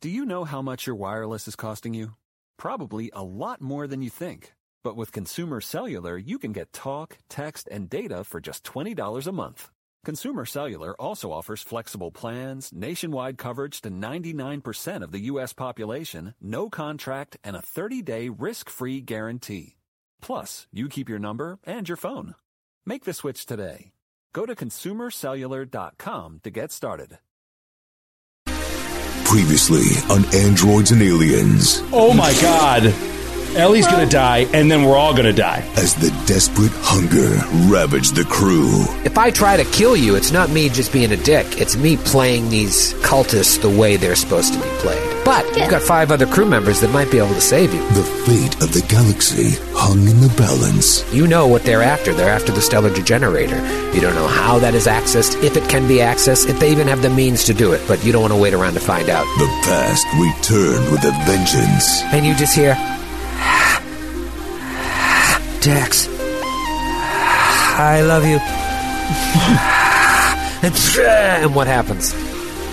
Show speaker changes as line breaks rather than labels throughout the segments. Do you know how much your wireless is costing you? Probably a lot more than you think. But with Consumer Cellular, you can get talk, text, and data for just $20 a month. Consumer Cellular also offers flexible plans, nationwide coverage to 99% of the U.S. population, no contract, and a 30-day risk-free guarantee. Plus, you keep your number and your phone. Make the switch today. Go to consumercellular.com to get started.
Previously on Androids and Aliens,
Oh my God. Ellie's gonna die, and then we're all gonna die.
as the desperate hunger ravaged the crew,
If I try to kill you, it's not me just being a dick. It's me playing these cultists the way they're supposed to be played. But you've got five other crew members that might be able to save you.
the fate of the galaxy hung in the balance.
You know what they're after. They're after the stellar degenerator. You don't know how that is accessed, if it can be accessed, if they even have the means to do it, but you don't want to wait around to find out.
The past returned with a vengeance.
And you just hear Dex. I love you. eh, and what happens?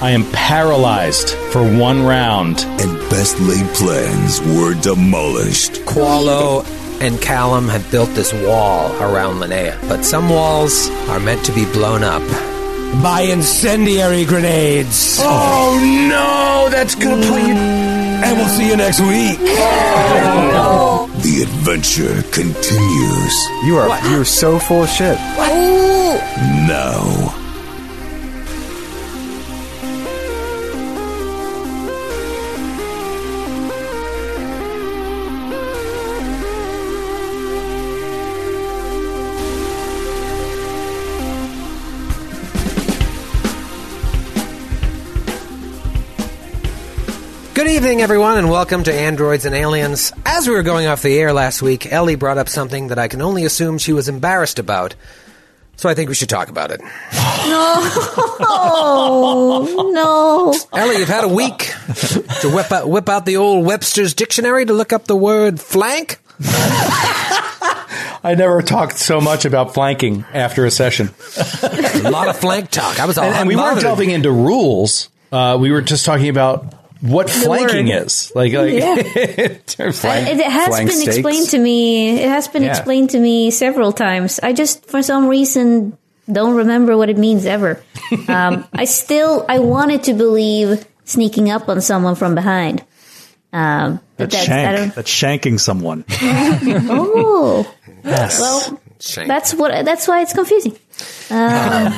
I am paralyzed for one round.
and best laid plans were demolished.
Qualo and Callum had built this wall around Linnea, but some walls are meant to be blown up by incendiary grenades.
Oh no, that's gonna put you. And we'll see you next week.
The adventure continues
You are you're so full of shit.
now.
Good evening, everyone, and welcome to Androids and Aliens. As we were going off the air last week, Ellie brought up something that I can only assume she was embarrassed about, so I think we should talk about it.
No, no. Uh,
Ellie, you've had a week to whip out, whip out the old Webster's dictionary to look up the word flank.
I never talked so much about flanking after a session.
A lot of flank talk. I was all
And, and we weren't
bothered.
delving into rules. Uh, we were just talking about what flanking
word.
is. Like, like
Yeah. Uh,
flank-
It has
flank
been
steaks?
explained to me. It has been
Yeah.
explained to me several times. I just, for some reason, don't remember what it means ever. Um, I still, I wanted to believe sneaking up on someone from behind. Um, but that's, I
That's shank.
don't.
That's shanking someone.
Oh,
yes.
well,
Shank.
that's what. That's why it's confusing. Um,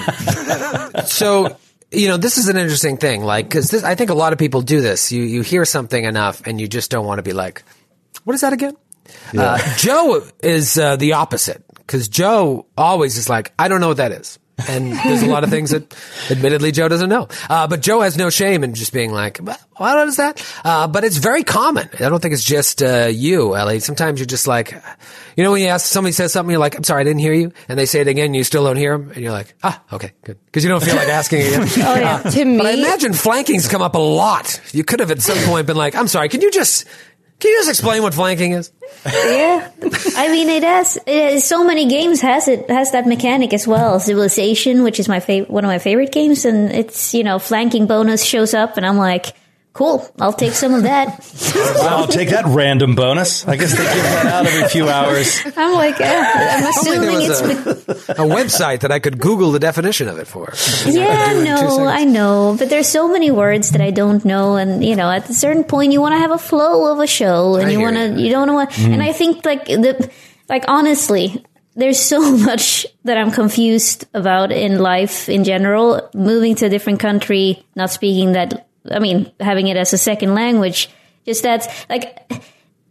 so you know this is an interesting thing like because i think a lot of people do this you you hear something enough and you just don't want to be like what is that again uh, joe is uh, the opposite because joe always is like i don't know what that is and there's a lot of things that admittedly joe doesn't know uh, but joe has no shame in just being like "Well, what is that uh, but it's very common i don't think it's just uh, you ellie sometimes you're just like you know when you ask somebody says something you're like i'm sorry i didn't hear you and they say it again and you still don't hear them and you're like ah okay good because you don't feel like asking again Uh,
Oh yeah.
To me,
But I imagine flanking's come up a lot. You could have at some point been like, I'm sorry, can you just can you just explain what flanking is?
yeah i mean it has, it has so many games has it has that mechanic as well civilization which is my favorite one of my favorite games and it's you know flanking bonus shows up and i'm like cool i'll take some of that
I'll take that random bonus. I guess they give that out every few hours.
i'm like yeah, i'm
Only there
assuming
was
it's
a, a website that I could Google the definition of it for.
yeah
do in two
no
seconds.
i know but there's so many words that i don't know and you know at a certain point you want to have a flow of a show and
I
you
hear Mm.
want to
you.
you don't want and i think like the like honestly there's so much that i'm confused about in life in general moving to a different country not speaking that i mean having it as a second language just that's like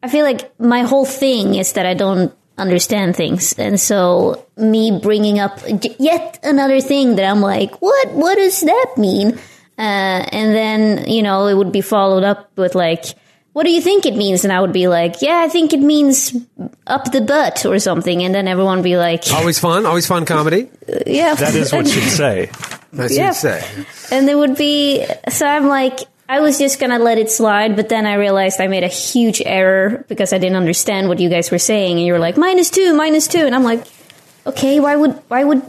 I feel like my whole thing is that I don't understand things, and so me bringing up j- yet another thing that I'm like, what? What does that mean? Uh, and then you know it would be followed up with like, what do you think it means? And I would be like, yeah, I think it means up the butt or something. And then everyone would be like,
Always fun, always fun comedy.
Uh, yeah,
That is what she'd say.
That's what
Yeah.
you say.
and there would be so i'm like i was just gonna let it slide but then i realized i made a huge error because i didn't understand what you guys were saying and you were like minus two minus two and i'm like okay why would why would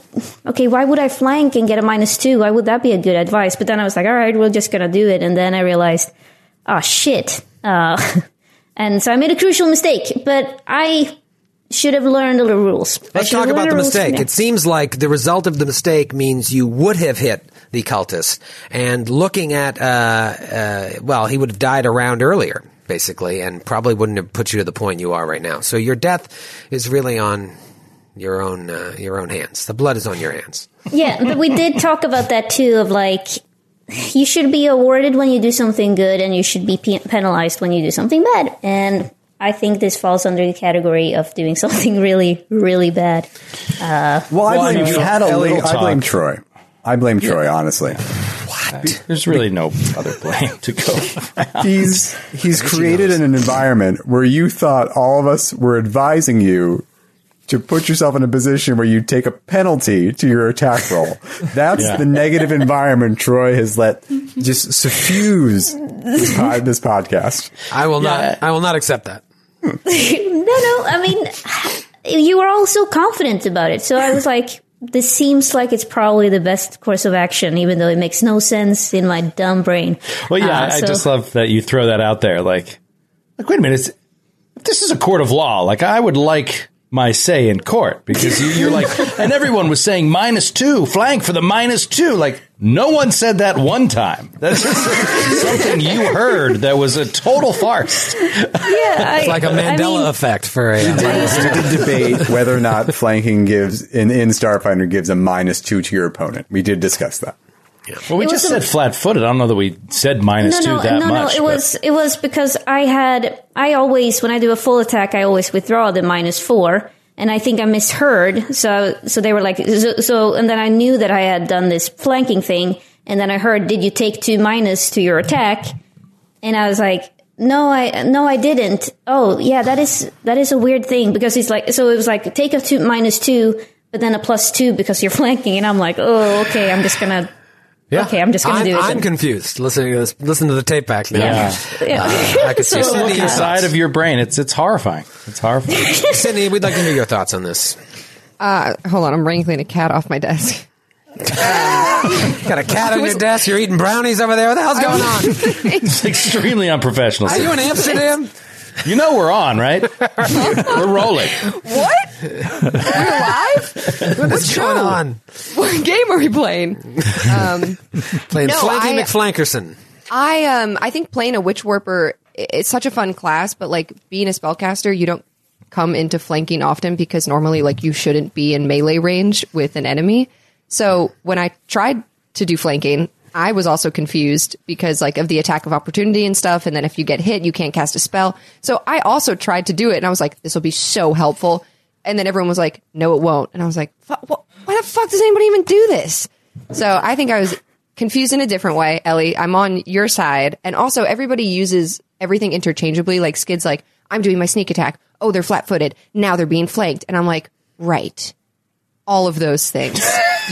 okay why would i flank and get a minus two why would that be a good advice but then i was like all right we're just gonna do it and then i realized oh shit. Uh, and so I made a crucial mistake, but I should have learned the rules. I
Let's
should have
talk about
learned
the
rules
mistake.
sooner.
It seems like the result of the mistake means you would have hit the cultist. And looking at, uh, uh, well, he would have died a round earlier, basically, and probably wouldn't have put you to the point you are right now. So your death is really on your own, uh, your own hands. The blood is on your hands.
yeah, but we did talk about that too of like you should be awarded when you do something good and you should be pe- penalized when you do something bad. And I think this falls under the category of doing something really really bad. Uh,
Well, I
mean,
blame
we had a
Ellie,
little
I blame
talk.
Troy. I blame Troy, honestly.
There's really no other blame to go.
He's he's created an environment where you thought all of us were advising you to put yourself in a position where you take a penalty to your attack roll. That's
Yeah.
the negative environment Troy has let just suffuse this, pod, this podcast.
I will not, I will not accept that.
no, no. I mean, you were all so confident about it. So I was like, this seems like it's probably the best course of action, even though it makes no sense in my dumb brain.
Well, yeah,
Uh,
I- I
so-
just love that you throw that out there. Like, like wait a minute, it's, this is a court of law. Like, I would like my say in court because you, you're like, and everyone was saying minus two, flank for the minus two. Like, no one said that one time. That's just something you heard that was a total farce.
Yeah,
It's like a Mandela effect for a. Uh,
We did debate whether or not flanking gives in, in Starfinder gives a minus two to your opponent. We did discuss that.
Well, we
It was
just
a-
said flat footed. I don't know that we said minus
no,
two that
no,
much.
No, it
but-
was it was because I had I always when I do a full attack, I always withdraw the minus four, and I think I misheard. So so they were like so, so and then I knew that I had done this flanking thing, and then I heard, did you take two minus to your attack? And I was like. No, I no, I didn't. Oh, yeah, that is that is a weird thing because it's like so. It was like take a two minus two, but then a plus two because you're flanking, and I'm like, oh, okay, I'm just gonna. Okay, I'm just gonna
I'm,
do it.
I'm
then.
confused. Listening to this, listen to the tape back. Now.
Yeah.
Yeah.
Uh, I could see
So-
Cindy
the side of your brain. It's it's horrifying. It's horrifying.
Cindy, we'd like to hear your thoughts on this.
Uh, Hold on, I'm wrangling a cat off my desk.
Got a cat on your desk. You're eating brownies over there. What the hell's going on?
it's extremely unprofessional.
Are you in Amsterdam?
You know we're on, right? we're rolling.
What? We're live?
What's going on?
What game are we playing? Um,
Playing
No,
Flanky
I-
McFlankerson.
I um I think playing a witch warper i- it's such a fun class, but like being a spellcaster, you don't come into flanking often because normally like you shouldn't be in melee range with an enemy. So when I tried to do flanking, I was also confused because like of the attack of opportunity and stuff, and then if you get hit, you can't cast a spell. So I also tried to do it, and I was like, this will be so helpful. And then everyone was like, no, it won't. And I was like, "Fu- wha- why the fuck does anybody even do this? So I think I was confused in a different way, Ellie. I'm on your side. And also, everybody uses everything interchangeably. Like Skid's like, I'm doing my sneak attack. Oh, they're flat footed. Now they're being flanked. And I'm like, right. All of those things.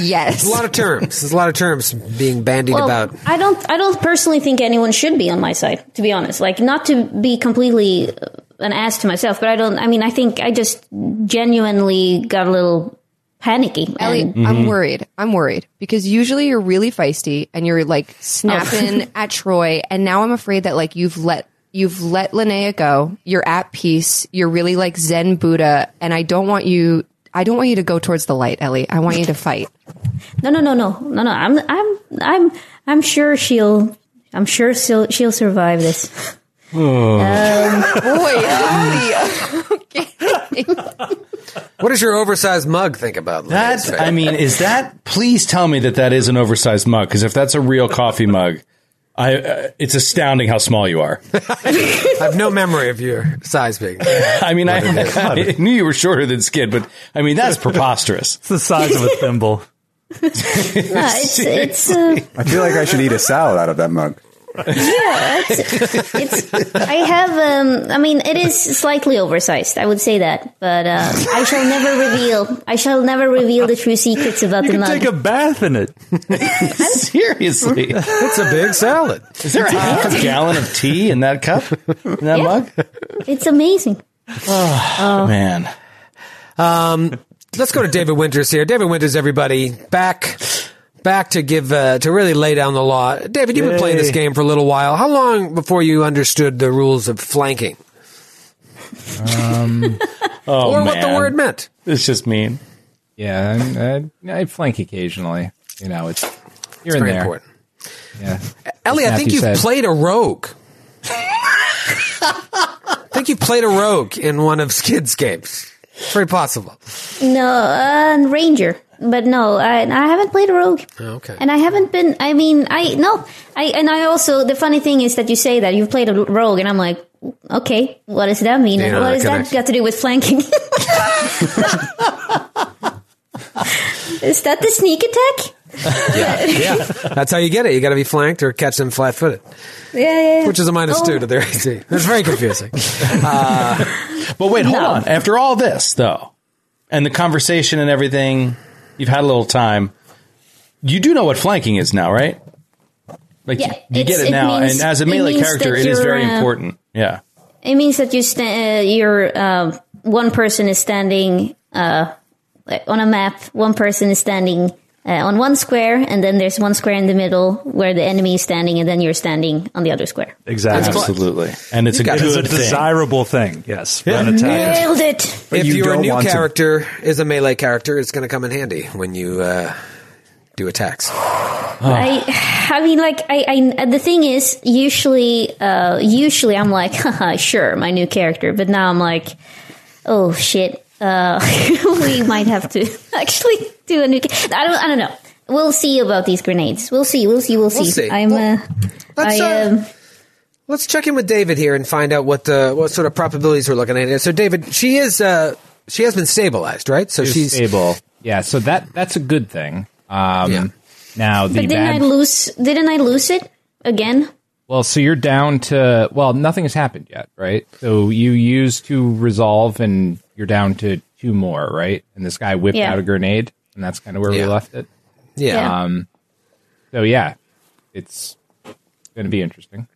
yes.
A lot of terms. There's a lot of terms being bandied
Well,
about.
I don't. I don't personally think anyone should be on my side. To be honest, like not to be completely uh, an ass to myself, but I don't. I mean, I think I just genuinely got a little panicky. and-
Ellie, I'm worried. I'm worried because usually you're really feisty and you're like snapping at Troy, and now I'm afraid that like you've let you've let Linnea go. You're at peace. You're really like Zen Buddha, and I don't want you. I don't want you to go towards the light, Ellie. I want you to fight.
no, no, no, no, no, no. I'm, I'm, I'm, I'm sure she'll. I'm sure she'll she'll survive this.
Boy, howdy.
What does your oversized mug think about Linnaeus?
That I mean, is that? Please tell me that that is an oversized mug. Because if that's a real coffee mug, I uh, it's astounding how small you are.
I have no memory of your size being.
I mean, I, I knew you were shorter than Skid, but I mean that's preposterous.
It's the size of a thimble.
No, it's it's. Uh,
I feel like I should eat a salad out of that mug.
it's I have um I mean it is slightly oversized I would say that but uh, I shall never reveal I shall never reveal the true secrets about
You
the
can
mug
take a bath in it.
Seriously,
It's a big salad.
is there a half a gallon of tea in that cup? In that mug?
it's amazing
Oh,
Man,
Um, Let's go to David Winters here. David Winters, everybody, back back to give uh, to really lay down the law. David, you've been playing this game for a little while. How long before you understood the rules of flanking,
Oh,
or what the
man.
word meant?
It's just mean.
Yeah, I'm, I, I flank occasionally. You know, it's you're in
Very
there.
important.
Yeah,
Ellie, I
Matthew
think you've
said.
played a rogue. I think you've played a rogue in one of Skid's games. It's very possible.
No, uh, Ranger. But no, I, I haven't played Rogue.
Okay.
And I haven't been. I mean, I no. I and I also the funny thing is that you say that you've played a rogue, and I'm like, okay, what does that mean?
You
And
know,
what does
that
that
connection.
got to do with flanking? is that the sneak attack?
Yeah, yeah. That's how you get it. You got to be flanked or catch them flat-footed,
Yeah, yeah. yeah.
which is a minus
Oh.
two to their AC. It's very confusing.
But wait, hold on. After all this, though, and the conversation and everything, you've had a little time. You do know what flanking is now, right? Like
Yeah,
you
it's-
get it,
it
now,
means-
and as a
it
melee
means
character,
that
it is
you're,
very
uh,
important. Yeah,
It means that you sta uh, you're uh, one person is standing uh, on a map. One person is standing uh, on one square, and then there's one square in the middle where the enemy is standing, and then you're standing on the other square.
Exactly.
absolutely, and it's a
got
good
it.
It's a
thing.
desirable thing. Yes. for an attack.
Nailed it.
if
you
you are a
don't
new
want to-
character, is a melee character, it's going to come in handy when you uh, do attacks. Oh.
I, I mean, like, I, I, the thing is, usually, uh, usually I'm like, haha, sure, my new character, but now I'm like, oh shit, uh, we might have to actually do a new. Ca- I don't, I don't know. We'll see about these grenades. We'll see. We'll see. We'll see.
We'll see.
I'm.
Well,
Uh, I
let's, uh,
um,
Let's check in with David here and find out what the what sort of probabilities we're looking at. So, David, she is uh, she has been stabilized, right? So
she's
she's
stable. Yeah, so that that's a good thing. Um,
Yeah.
Now the
but didn't I
bad.
lose? Didn't I lose it again?
well, so you're down to well, nothing has happened yet, right? So you use to resolve, and you're down to two more, right? And this guy whipped
Yeah.
out a grenade, and that's kind of where we
Yeah.
left it. Um,
yeah.
Yeah.
So yeah, it's going to be interesting.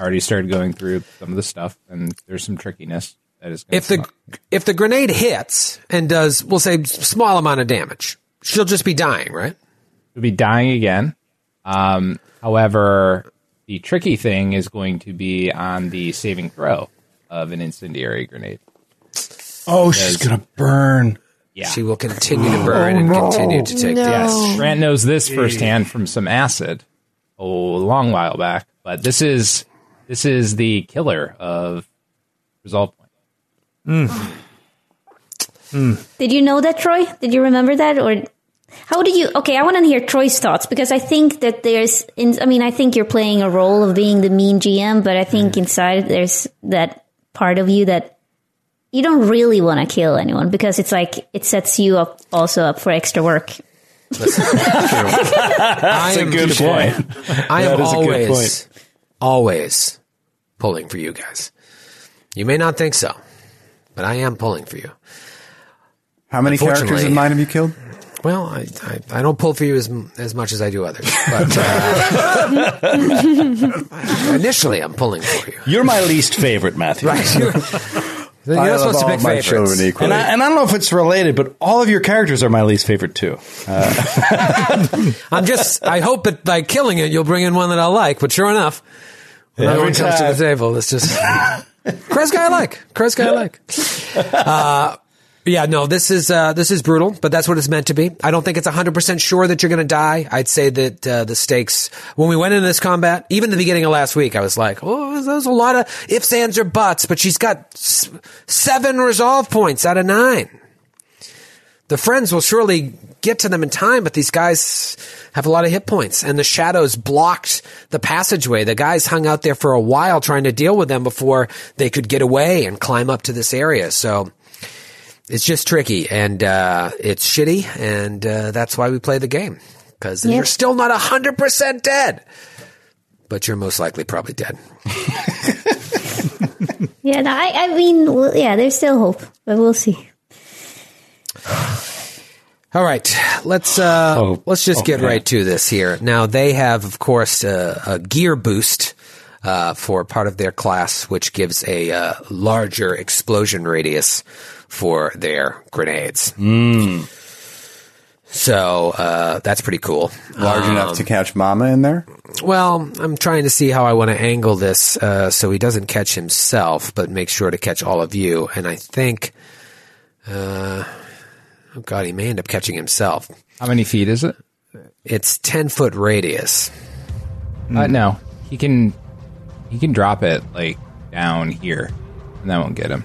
Already started going through some of the stuff, and there's some trickiness that is. Gonna
If the
come up.
if the grenade hits and does, we'll say, small amount of damage, she'll just be dying, right?
would be dying again. Um, however, the tricky thing is going to be on the saving throw of an incendiary grenade.
oh, she's gonna burn.
Yeah.
She will continue to burn and continue to take. damage.
yes. Grant knows this firsthand from some acid oh, a long while back, but this is this is the killer of resolve point.
Did you know that, Troy? Did you remember that, or how did you? Okay, I want to hear Troy's thoughts because I think that there's. In, I mean, I think you're playing a role of being the mean GM, but I think
Mm-hmm.
inside there's that part of you that you don't really want to kill anyone because it's like it sets you up also up for extra work.
I am,
Good point.
I am
That is a good
always
point.
always pulling for you guys. You may not think so, but I am pulling for you.
How many characters in
Unfortunately-
mine have you killed?
Well, I, I, I don't pull for you as as much as I do others, but uh, initially I'm pulling for you.
You're my least favorite, Matthew.
You're, you're
I
not
love
supposed to
all
pick
of my
favorites.
children equally.
And I, and I don't know if it's related, but all of your characters are my least favorite too. Uh,
I'm just. I hope that by killing it, you'll bring in one that I like. But sure enough, when
Every
everyone comes to the
time.
table, it's just Kreska I like. Kreska I like. Uh, yeah, no, this is uh, this is brutal, but that's what it's meant to be. I don't think it's 100 percent sure that you're going to die. I'd say that uh, the stakes when we went into this combat, even the beginning of last week, I was like, oh, there's a lot of ifs, ands, or buts, but she's got s- seven resolve points out of nine the friends will surely get to them in time, but these guys have a lot of hit points, and the shadows blocked the passageway. The guys hung out there for a while trying to deal with them before they could get away and climb up to this area. So it's just tricky, and uh, it's shitty, and uh, that's why we play the game because
Yep.
you're still not hundred percent dead, but you're most likely probably dead.
Yeah, no, I, I mean, well, yeah, there's still hope, but we'll see.
All right, let's uh,
Oh,
let's just get right to this here. Now they have, of course, a, a gear boost uh, for part of their class, which gives a uh, larger
Hmm.
explosion radius for their grenades. So uh, that's pretty cool.
Large enough
Um,
to catch Mama in there?
Well, I'm trying to see how I want to angle this uh, so he doesn't catch himself, but make sure to catch all of you. And I think, uh, oh god, he may end up catching himself.
How many feet is it?
It's ten foot radius. Mm.
Uh, no, he can he can drop it like down here, and that won't get him.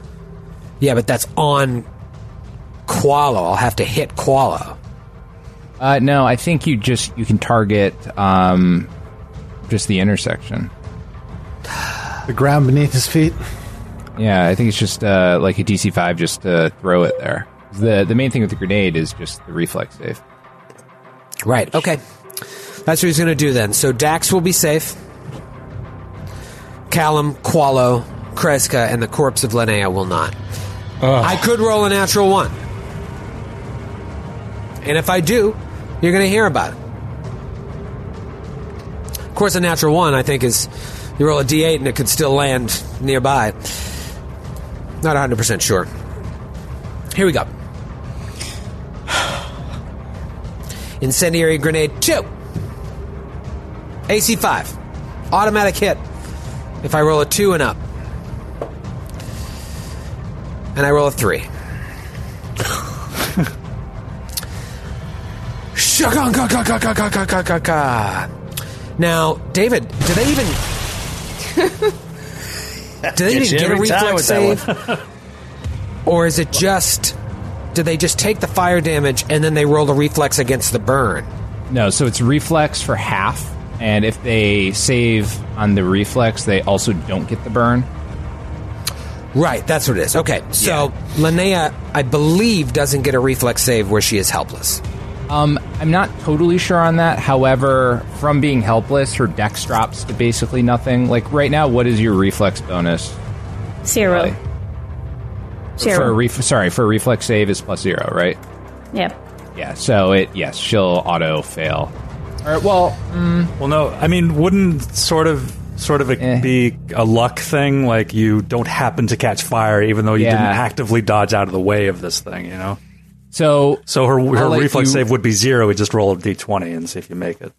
Yeah, but that's on Qualo. I'll have to hit Qualo.
Uh, no, I think you just you can target um, just the intersection.
The ground beneath his feet.
Yeah, I think it's just uh, like a DC five, just to throw it there. The the main thing with the grenade is just the reflex save.
Right. Okay. That's what he's going to do then. So Dax will be safe. Callum, Qualo, Kreska, and the corpse of Linnea will not. I could roll a natural one. And if I do, you're going to hear about it. Of course, a natural one, I think, is you roll a d8 and it could still land nearby. Not 100% sure. Here we go. Incendiary grenade two. AC five. Automatic hit. If I roll a two and up. And I roll a three. Shaka ka ka ka ka ka ka ka ka ka. Now, David, do they even do they
Gets
even
you
get a
every time
reflex
with that
save? or is it just do they just take the fire damage and then they roll the reflex against the burn?
No, so it's reflex for half, and if they save on the reflex, they also don't get the burn.
Right, that's what it is. Okay, so Linnea, I believe, doesn't get a reflex save where she is helpless.
Um, I'm not totally sure on that. However, from being helpless, her dex drops to basically nothing. Like right now, what is your reflex bonus?
Zero. Zero.
For a ref- sorry, for a reflex save is plus zero, right?
yeah.
Yeah. So it yes, she'll auto fail. All right, well,
well, no. I mean, wouldn't sort of sort of it
Eh.
be a luck thing? Like you don't happen to catch fire, even though you
Yeah.
didn't actively dodge out of the way of this thing. You know.
So
so her her
I'll let
reflex
you-
save would be zero. We just roll a d twenty and see if you make it.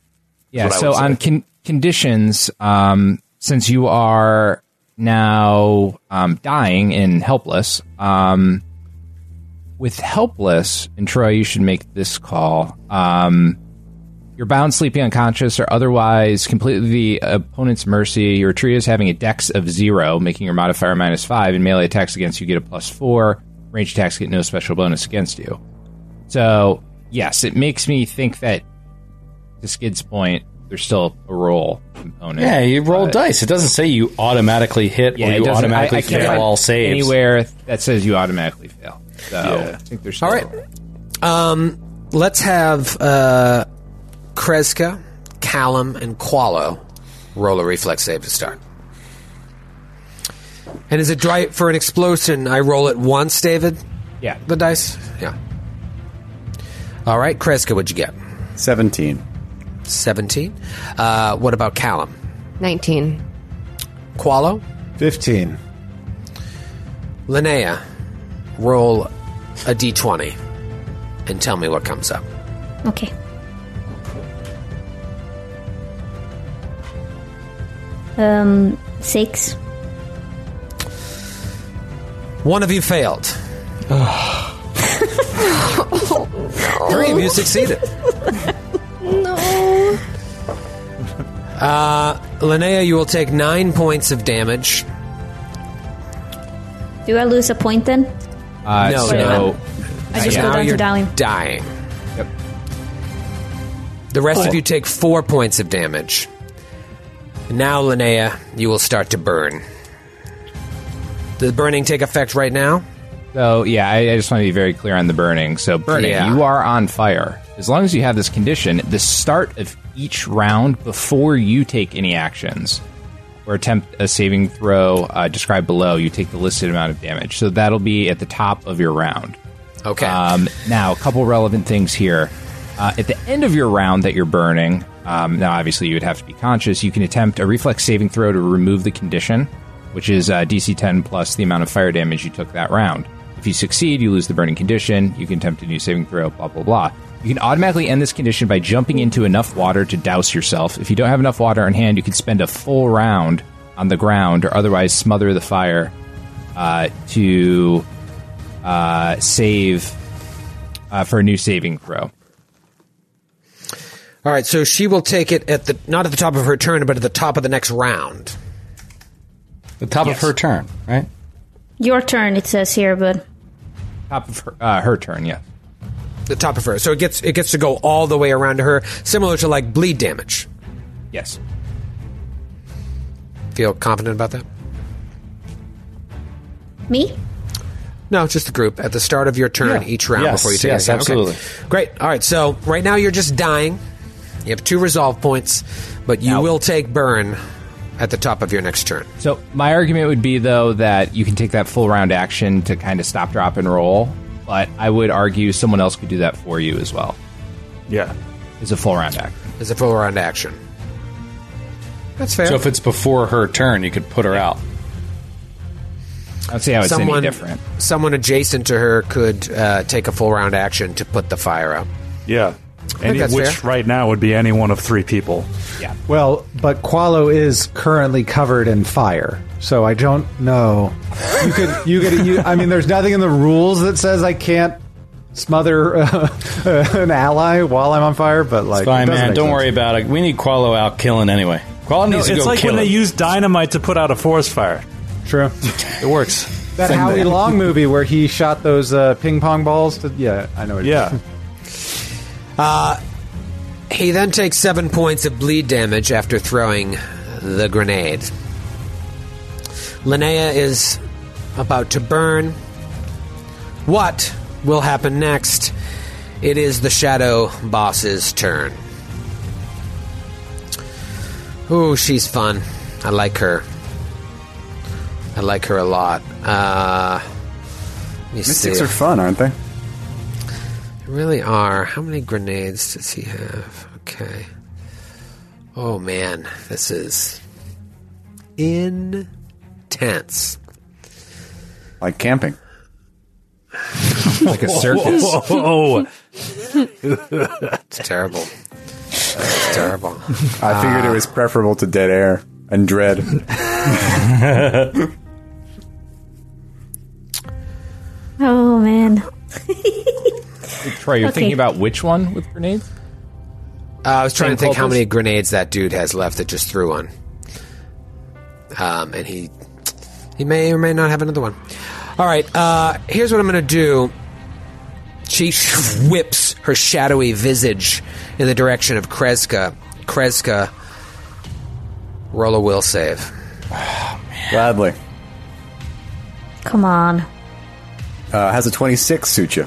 Yeah.
That's what I
So
would say.
on con- conditions, um, since you are now um, dying and helpless, um, with helpless, and Troy, you should make this call. Um, you're bound, sleeping, unconscious, or otherwise completely the opponent's mercy. Your trio is having a dex of zero, making your modifier minus five, and melee attacks against you get a plus four. Range attacks get no special bonus against you. So, yes, it makes me think that to Skid's point, there's still a roll component.
Yeah, you roll
but-
dice. It doesn't say you automatically hit
Yeah,
or
it
you
doesn't-
automatically
I- I can't
fail
find
all saves.
Anywhere that says you automatically fail. So I think there's still
All right. Um, let's have uh, Kreska, Callum, and Qualo roll a reflex save to start. And is it dry for an explosion? I roll it once, David.
Yeah,
the dice. Yeah. All right, Kreska, what'd you get?
Seventeen.
Seventeen. Uh, what about Callum?
19.
Qualo?
15.
Linnea, roll a d20 and tell me what comes up.
Okay. Um, six.
One of you failed. Three of you succeeded.
No.
Uh, Linnea, you will take nine points of damage.
Do I lose a point then?
Uh,
no,
so-
no.
I just
So
go
now
down to
you're
dying.
dying. Yep. The rest of you take four points of damage. Now, Linnea, you will start to burn. Does burning take effect right now?
So yeah, I, I just want to be very clear on the burning. So burning,
Yeah.
you are on fire. As long as you have this condition, the start of each round before you take any actions or attempt a saving throw uh, described below, you take the listed amount of damage. So that'll be at the top of your round.
Okay.
Um, now, a couple relevant things here. Uh, at the end of your round that you're burning, um, now obviously you would have to be conscious. You can attempt a reflex saving throw to remove the condition, which is uh, DC 10 plus the amount of fire damage you took that round. If If you succeed, you lose the burning condition. You can attempt a new saving throw, blah, blah, blah. You can automatically end this condition by jumping into enough water to douse yourself. If you don't have enough water on hand, you can spend a full round on the ground or otherwise smother the fire uh, to uh, save uh, for a new saving throw.
All right, so she will take it at the not at the top of her turn, but at the top of the next round.
The top of her turn, right?
Your turn, it says here, but
Top of her, uh, her turn, yeah.
The top of her, so it gets it gets to go all the way around to her, similar to like bleed damage.
Yes.
Feel confident about that?
me?
No, just the group at the start of your turn
Yeah.
each round
Yes,
before you take
yes,
it. Okay.
absolutely.
Great. All right. So right now you're just dying. You have two resolve points, but you will take burn at the top of your next turn.
So my argument would be though that you can take that full round action to kind of stop, drop, and roll, but I would argue someone else could do that for you as well.
Yeah,
it's a full round action.
It's a full round action. That's fair.
So if it's before her turn, you could put her out.
I'd see how it's any different.
Someone adjacent to her could uh, take a full round action to put the fire out.
Yeah. Any,
that's
which
fair.
right now would be any one of three people.
Yeah.
Well, but Qualo is currently covered in fire, so I don't know. You could, you could, you, I mean, there's nothing in the rules that says I can't smother uh, an ally while I'm on fire, but like,
It's fine,
it doesn't
man.
make
Don't
sense.
worry about it. We need Qualo out killing anyway. Qualo
No,
needs
it's
to go
like
kill
when they
him.
use dynamite to put out a forest fire.
True.
It works.
That
Same
Howie
thing.
Long movie where he shot those uh, ping pong balls. To, yeah, I know. What
Yeah.
Uh, he then takes seven points of bleed damage after throwing the grenade. Linnea is about to burn. What will happen next? It is the shadow boss's turn. Ooh, she's fun. I like her. I like her a lot. Uh, let me
Mystics
see.
are fun, aren't they?
They really are. How many grenades does he have? Okay. Oh man, this is intense.
Like camping.
like a circus. Oh.
Whoa.
it's terrible. It's terrible. Uh,
I figured it was preferable to dead air and dread.
Oh man.
Troy, you're
Okay.
thinking about which one with grenades?
Uh, I was trying
Same
to think how
cultist?
many grenades that dude has left that just threw one. Um, and he he may or may not have another one. All right, uh, here's what I'm going to do. She whips her shadowy visage in the direction of Kreska. Kreska, roll a will save.
Gladly.
Come on.
Uh, has a 26 suit you.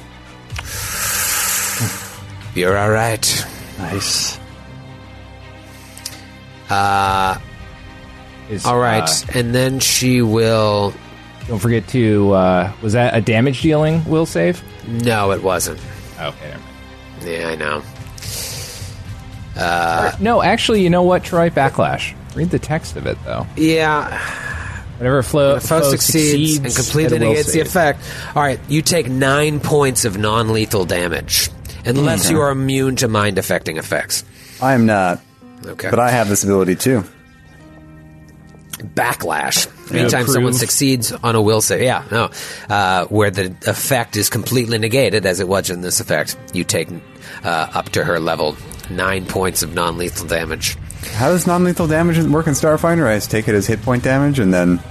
You're all right. Nice. Uh, all right,
uh,
and then she will.
Don't forget to uh, was that a damage dealing will save?
No, it wasn't.
Okay. never mind.
Yeah, I know. Uh,
No, actually, you know what, Troy? Backlash. Read the text of it though.
yeah.
Whenever flow,
The foe succeeds, and completely negates the effect. All right, you take nine points of non-lethal damage, unless
Okay.
you are immune to mind-affecting effects.
I am not.
Okay.
But I have this ability too.
Backlash.
Yeah,
Anytime someone
prove.
succeeds on a will save, yeah, no, uh, where the effect is completely negated, as it was in this effect, you take uh, up to her level nine points of non-lethal damage.
How does non lethal damage work in Starfinder? I just take it as hit point damage and then.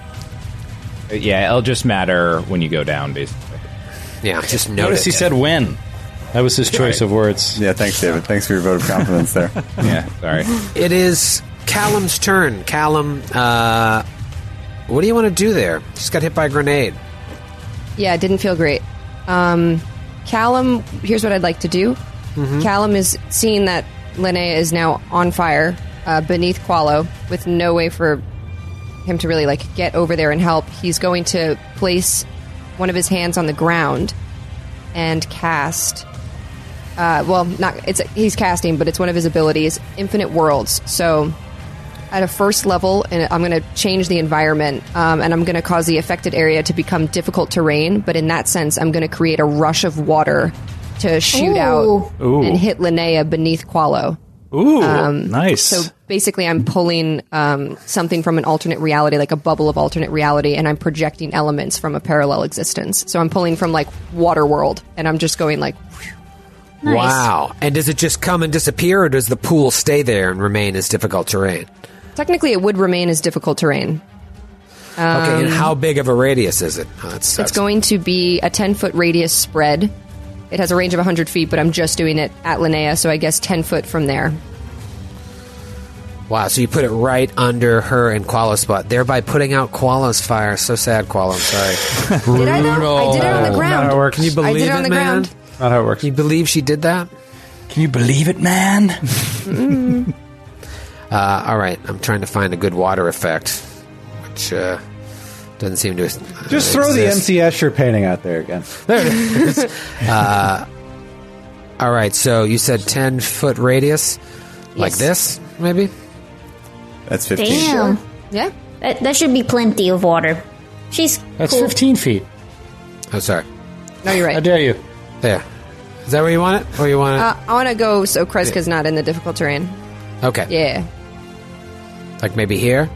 Yeah, it'll just matter when you go down, basically.
Yeah, just
Notice he said when. That was his choice of words.
Yeah, thanks, David. Thanks for your vote of confidence there.
yeah, sorry.
It is Callum's turn. Callum, uh, what do you want to do there? Just got hit by a grenade.
Yeah, it didn't feel great. Um, Callum, here's what I'd like to do. Callum is seeing that Linnea is now on fire uh, beneath Qualo with no way for him to really like get over there and help. He's going to place one of his hands on the ground and cast. Uh, well, not it's he's casting, but it's one of his abilities, Infinite Worlds. So at a first level, and I'm going to change the environment, um, and I'm going to cause the affected area to become difficult terrain. But in that sense, I'm going to create a rush of water to shoot out
Ooh.
and hit Linnea beneath Qualo. Um,
Ooh,
Um,
nice.
So basically, I'm pulling um, something from an alternate reality, like a bubble of alternate reality, and I'm projecting elements from a parallel existence. So I'm pulling from like Waterworld, and I'm just going like, Nice.
Wow. And does it just come and disappear, or does the pool stay there and remain as difficult terrain?
technically, it would remain as difficult terrain. Um,
okay, and how big of a radius is it? Oh, that
It's
sucks.
going to be a 10 foot radius spread. It has a range of 100 feet, but I'm just doing it at Linnea, so I guess 10 foot from there.
wow, so you put it right under her and Qualo's spot, thereby putting out Qualo's fire. So sad, Qualo. I'm sorry.
did I know? I did it on the ground.
Can you believe
I did it on the
man?
ground.
Not how it works.
Can you believe she did that?
Can you believe it, man?
Mm-hmm.
Uh, all right, I'm trying to find a good water effect, which uh, doesn't seem to. Uh,
Just throw the
exist.
MC Escher painting out there again.
There it is. uh, all right, so you said 10 foot radius, like this, maybe?
That's
Damn.
Yeah.
That, that should be plenty of water. She's
That's
cool.
15 feet.
Oh, sorry.
No, you're right.
How dare you?
There. Is that where you want it? Or you want
Uh, I want to go so Kreska's not in the difficult terrain.
it?
Uh,
Okay.
Yeah.
Like maybe here?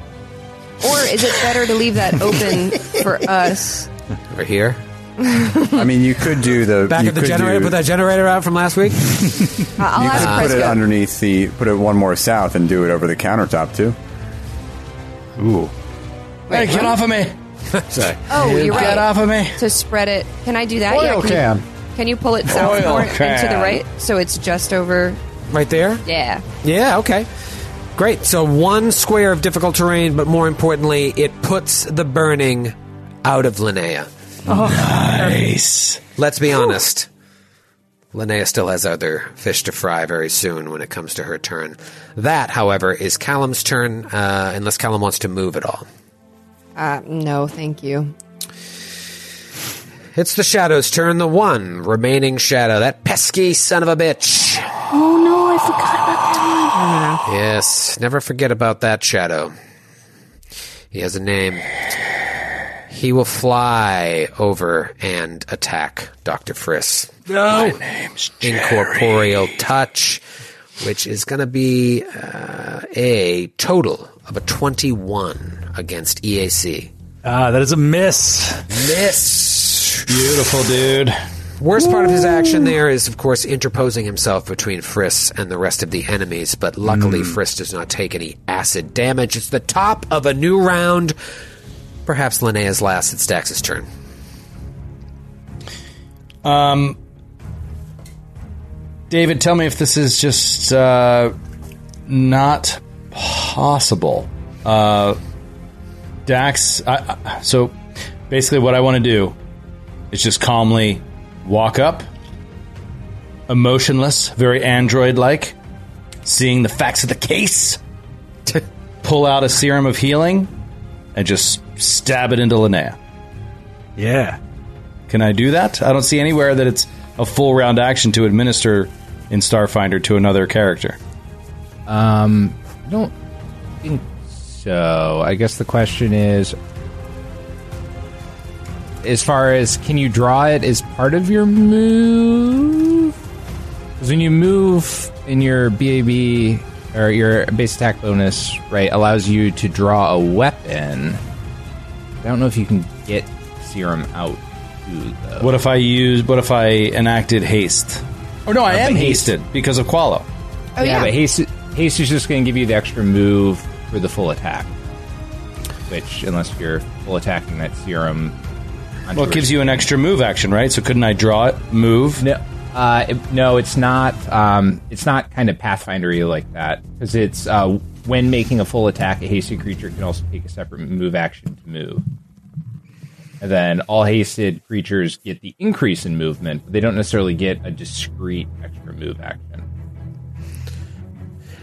Or is it better to leave that open for us?
Over here?
I mean, you could do the
Back
you
at the
could
generator,
do-
put that generator out from last week?
I'll
you
ask
could put it
Kreska.
underneath the put it one more south and do it over the countertop too. Ooh.
Wait,
hey, get
what?
off of me!
Sorry.
Oh, you're right.
Get off of me!
To spread it. Can I do that?
Oil
yeah, can
can.
You, can you pull it south
Oil
more and to the
can.
right so it's just over?
Right there?
Yeah.
Yeah, okay. Great. So one square of difficult terrain, but more importantly, it puts the burning out of Linnea.
Nice.
Let's be honest. Linnea still has other fish to fry very soon when it comes to her turn. That, however, is Callum's turn, uh, unless Callum wants to move at all.
Uh, no, thank you.
It's the shadow's turn, the one remaining shadow, that pesky son of a bitch.
Oh no, I forgot about that one.
Yes, never forget about that shadow. He has a name. He will fly over and attack Dr. Friss. My
No.
name's Incorporeal Touch, which is going to be uh, a total of a 21 against E EAC.
Ah, that is a miss.
Miss.
Beautiful, dude.
Worst part of his action there is, of course, interposing himself between Friss and the rest of the enemies, but luckily
Mm.
Friss does not take any acid damage. It's the top of a new round. Perhaps Linnea's last. It's Dax's turn. Uh,
Um, David, tell me if this is just uh, not possible. Uh, Dax, I, I, so basically, what I want to do is just calmly walk up, emotionless, very android like, seeing the facts of the case, pull out a serum of healing, and just stab it into Linnea.
Yeah.
Can I do that? I don't see anywhere that it's a full round action to administer in Starfinder to another character.
Um, I don't think so. I guess the question is as far as can you draw it as part of your move? Because when you move in your BAB or your base attack bonus, right, allows you to draw a weapon. I don't know if you can get serum out.
What if I use? What if I enacted haste? Oh no, I
Uh,
am
but haste-
hasted because of Qualo.
Oh, yeah.
but haste, haste is just going to give you the extra move for the full attack. Which, unless you're full attacking that serum, onto
Well, it
her
gives you an extra move action, right? So couldn't I draw it? Move?
No, uh, it- no, it's not. Um, it's not kind of pathfindery like that because it's uh, when making a full attack, a hasted creature can also take a separate move action to move. And then all hasted creatures get the increase in movement, but they don't necessarily get a discrete extra move action.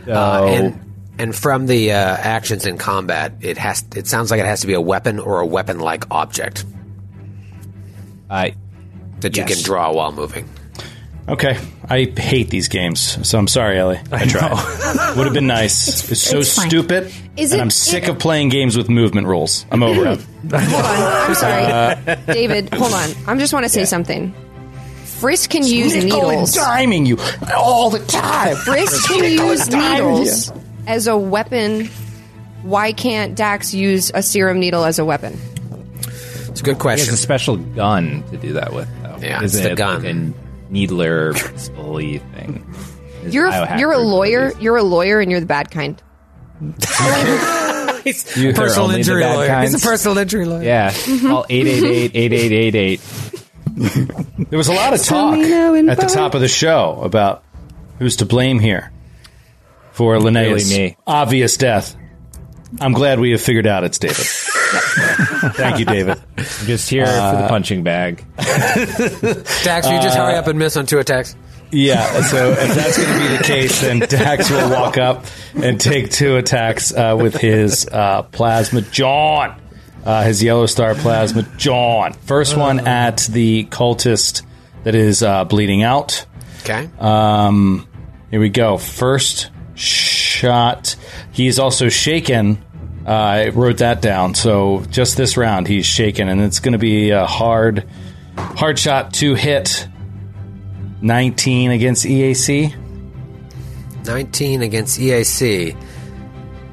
So,
Uh, and, and from the uh, actions in combat, it has. It sounds like it has to be a weapon or a weapon-like object
uh,
that you
yes.
can draw while moving.
Okay, I hate these games, so I'm sorry, Ellie. I, tried. Would have been nice. It's, so
it's fine.
stupid,
Is
and
it-
I'm sick of playing games with movement rules. I'm over it.
Hold on. I'm sorry.
Uh,
David, hold on. I am just want to say something. Frisk can use
nickel and
needles. Oh.
diming you all the time.
Frisk can
Nickel
use
and dime
needles as a weapon. Why can't Dax use a serum needle as a weapon?
It's a good
He
question.
has a special gun to do that with, though.
Yeah,
Is
it's the
it
gun.
Like a needler pistol thing. Is
You're a,
biohacker.
you're a lawyer. You're a lawyer, and you're the bad kind.
You are
personal
only the
injury
bad
lawyer.
kinds.
He's a personal injury lawyer.
Yeah.
Mm-hmm.
Call 888
There was a lot of talk
Selena and
at the
Bo-
top of the show about who's to blame here for Linnaeus'
me.
obvious death. I'm glad we have figured out it's David. Thank you, David. Uh,
Just here for the punching bag.
Dax, will you just hurry up and miss on two attacks.
Yeah, so if that's going to be the case, then Dax will walk up and take two attacks uh, with his uh, plasma jawn, uh, his yellow star plasma jawn. First one at the cultist that is uh, bleeding out.
Okay.
Um, here we go. First shot. He's also shaken. Uh, I wrote that down. So just this round, he's shaken, and it's going to be a hard, hard shot to hit. 19 against E EAC.
19 against EAC.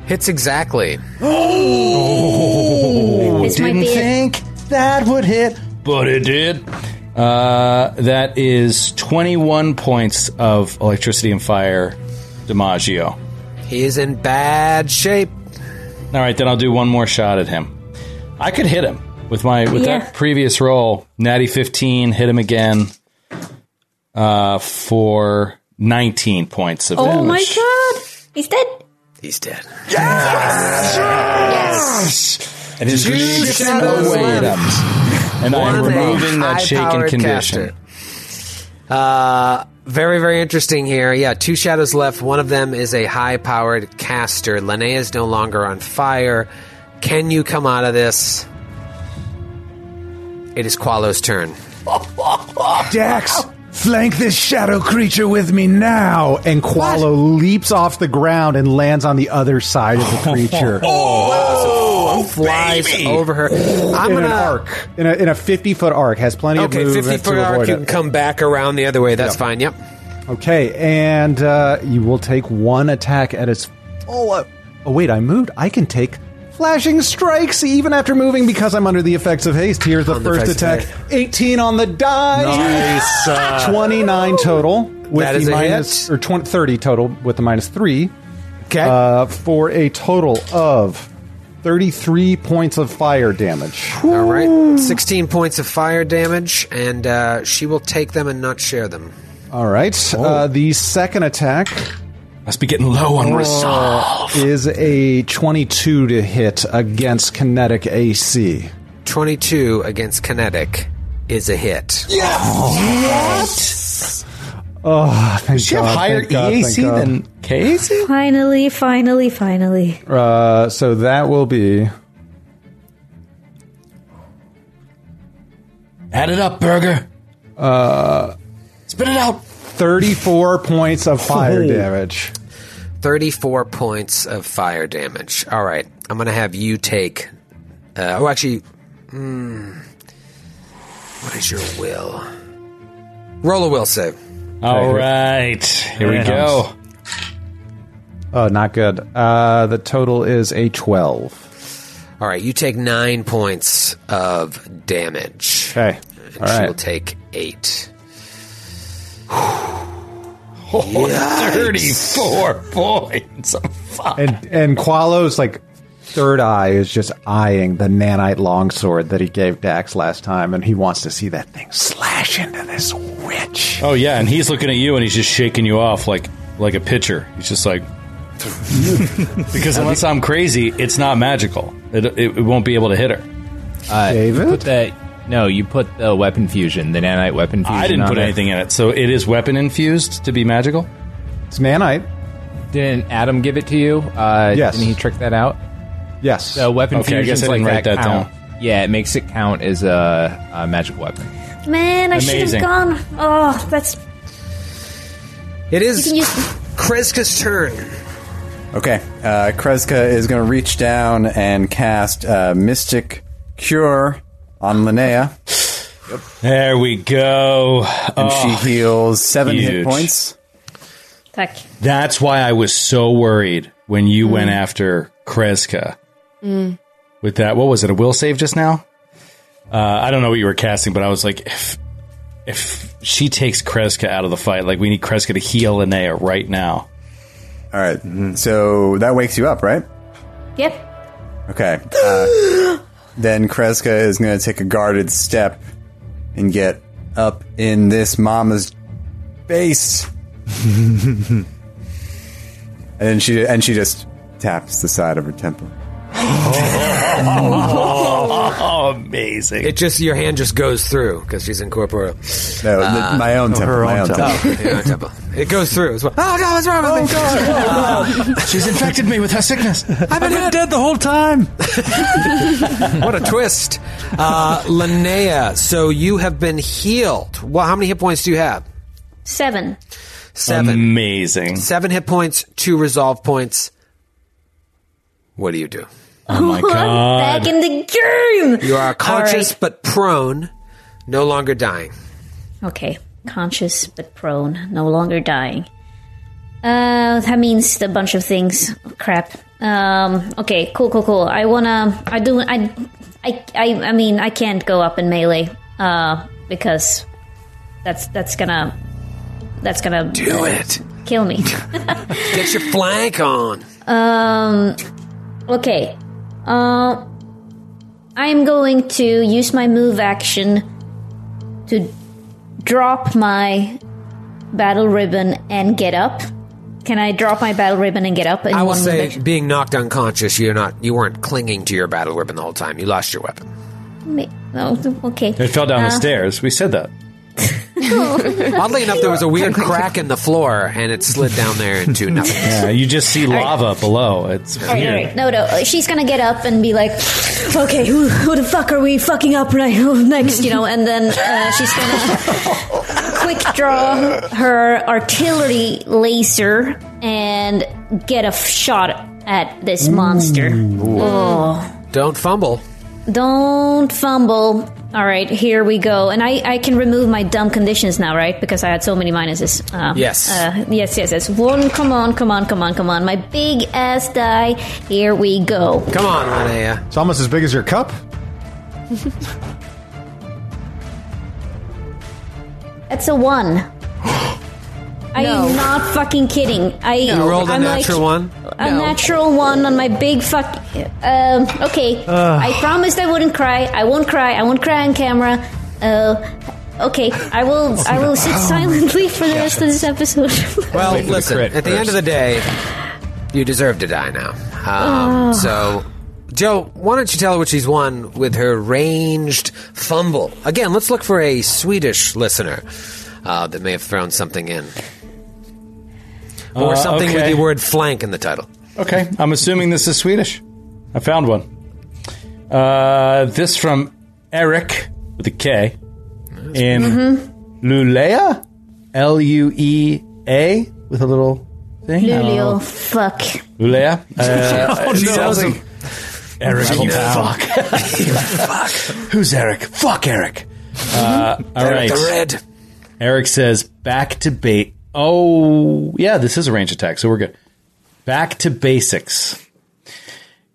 Hits exactly.
Oh,
This might
didn't
be it.
think that would hit, but it did. Uh, that is 21 points of electricity and fire DiMaggio.
He is in bad shape.
All right, then I'll do one more shot at him. I could hit him with my with
Yeah.
that previous roll. Natty 15 hit him again uh, for 19 points of
Oh
damage.
my god! He's dead.
He's dead.
Yes! And his
You
green
shall
shadow
live.
waved. And I'm
One
removing that shaken
high-powered
condition.
caster. Uh, very, very interesting here. Yeah, two shadows left. One of them is a high powered caster. Linnea is no longer on fire. Can you come out of this? It is Qualo's turn.
Dax, flank this shadow creature with me now. And Qualo leaps off the ground and lands on the other side of the creature.
Oh, flies over her. I'm
in
gonna
an arc, in a, in a fifty foot arc, has plenty
okay,
of move
50
to
foot arc.
avoid
You
it.
can come back around the other way. That's
Yep.
fine. Yep.
Okay, and uh, you will take one attack at its. Oh, uh, oh wait, I moved. I can take flashing strikes even after moving because I'm under the effects of haste. Here's the
On the
first
effects of
attack. 18 on the die.
Nice, uh,
29 total with
That
the
is a
minus or 20, 30 total with the minus 3. Okay. Uh, for a total of 33 points of fire damage.
All right. 16 points of fire damage, and uh, she will take them and not share them.
All right. Uh, the second attack. Uh,
Must be getting low on resolve.
Is a 22 to hit against kinetic AC.
22 against kinetic is a hit.
Oh, thank
she have
God,
higher
thank God,
EAC
thank God.
than
KAC?
Finally, finally, finally.
Uh, so that will be.
Add it up, Burger.
Uh,
Spit it out.
34 points of fire
Oh.
damage.
34 points of fire damage. All right. I'm going to have you take. Uh, oh, actually. hmm, what is your will? Roll a will save.
All right. Here we
Here it
go.
Oh, not good. Uh, the total is a 12.
All right. You take nine points of damage.
Okay.
And
All
she
right.
will take eight.
Oh, 34 points.
And and Qualo's like third eye is just eyeing the nanite longsword that he gave Dax last time, and he wants to see that thing slash into this witch.
Oh, yeah. And he's looking at you and he's just shaking you off like like a pitcher. He's just like. because unless I'm crazy, it's not magical. It, it, it won't be able to hit her.
Uh, David? Put that, no, you put the weapon fusion, the nanite weapon fusion.
I didn't
on
put
it.
anything in it. So it is weapon infused to be magical?
It's nanite.
Didn't Adam give it to you? Uh,
Yes.
Didn't he trick that out?
Yes.
So Uh, weapon
Okay, I
fusions
guess I
like
didn't write that
count. Yeah, it makes it count as a, a magical weapon.
Man, I should have
Amazing.
gone. Oh, that's
It is Kreska's turn.
Okay, uh, Kreska is going to reach down and cast uh, Mystic Cure on Linnea.
There we go. And
she heals seven hit
Oh, huge.
points.
Tack.
That's why I was so worried when you went after Kreska
Mm.
with that. What was it? A will save just now? Uh, I don't know what you were casting, but I was like, if if she takes Kreska out of the fight, like we need Kreska to heal Linnea right now.
All right. mm, So that wakes you up, right?
Yep.
Okay. Uh, then Kreska is going to take a guarded step and get up in this mama's face. and then she and she just taps the side of her temple.
Oh, amazing.
It just your hand just goes through because she's incorporeal.
No,
Uh,
my own temple. My own temple.
Oh, your own temple. It goes through as well. Oh God, what's wrong with me?
She's infected me with her sickness. I've
been,
dead the whole time.
what a twist, uh, Linnea. So you have been healed. Well, how many hit points do you have?
Seven.
Seven.
Amazing.
Seven hit points, two resolve points. What do you do?
Oh my
I'm back in the game.
You are conscious
All
but prone, no longer dying.
right. Okay. Conscious but prone, no longer dying. Uh, that means a bunch of things. Crap. Um. Okay. Cool. Cool. Cool. I wanna. I do. I. I. I. I mean, I can't go up in melee. Uh, because that's that's gonna that's gonna
Do it.
Kill me.
Get your flank on.
Um. Okay. Uh, I'm going to use my move action to drop my battle ribbon and get up. Can I drop my battle ribbon and get up? In
I will
one move
say,
action?
being knocked unconscious, you're not. You weren't clinging to your battle weapon the whole time. You lost your weapon.
Ma- No. oh, Okay.
It fell down the
Uh,
stairs. We said that.
Oddly enough, there was a weird crack in the floor, and it slid down there into nothing.
Yeah, you just see lava below. It's
All right, all
weird.
right. No, no. She's gonna get up and be like, "Okay, who, who the fuck are we fucking up right next?" You know, and then uh, she's gonna quick draw her artillery laser and get a f- shot at this monster. Oh,
Don't fumble.
don't fumble. All right, here we go. And I, I can remove my dumb conditions now, right? Because I had so many minuses. Uh,
Yes.
Uh, yes, yes, yes. One, come on, come on, come on, come on. My big ass die. Here we go.
Come on, Linnea.
It's almost as big as your cup.
That's a one. I'm not fucking kidding. I
You rolled a
I'm
natural one.
A natural one on my big fuck. Um, okay,
Ugh.
I promised I wouldn't cry. I won't cry. I won't cry on camera. Uh, okay, I will. I will sit
Oh.
silently for the rest of this episode.
Well, listen. at the end of the day, you deserve to die now. Um,
Oh.
So, Joe, why don't you tell her what she's won with her ranged fumble? Again, let's look for a Swedish listener uh, that may have thrown something in, or
Uh,
something with
okay.
the word "flank" in the title.
Okay, I'm assuming this is Swedish. I found one. Uh, this from Eric with a K in Mm-hmm. Lulea, L U E A with a little thing. I don't
Lulio,
know.
fuck.
Lulea. Uh,
Oh,
it
no.
sounds like- Eric,
Level
you
down.
fuck. Who's Eric? Fuck Eric. Uh, all right.
Eric the Red.
Eric says back to bait. Oh, yeah, this is a range attack, so we're good. Back to basics.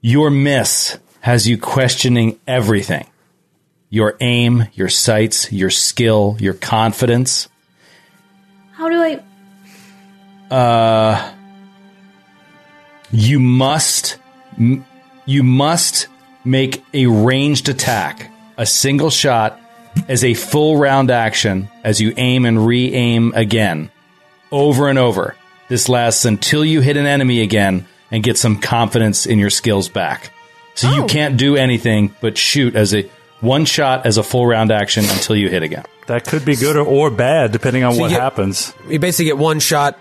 Your miss has you questioning everything your aim, your sights, your skill, your confidence.
How do I?
Uh, you must m- you must make a ranged attack, a single shot as a full round action as you aim and re-aim again over and over. This lasts until you hit an enemy again and get some confidence in your skills back. So you can't do anything but shoot as a one shot as a full round action until you hit again.
That could be good or, or bad, depending on
So
what
you-
happens.
You basically get one shot.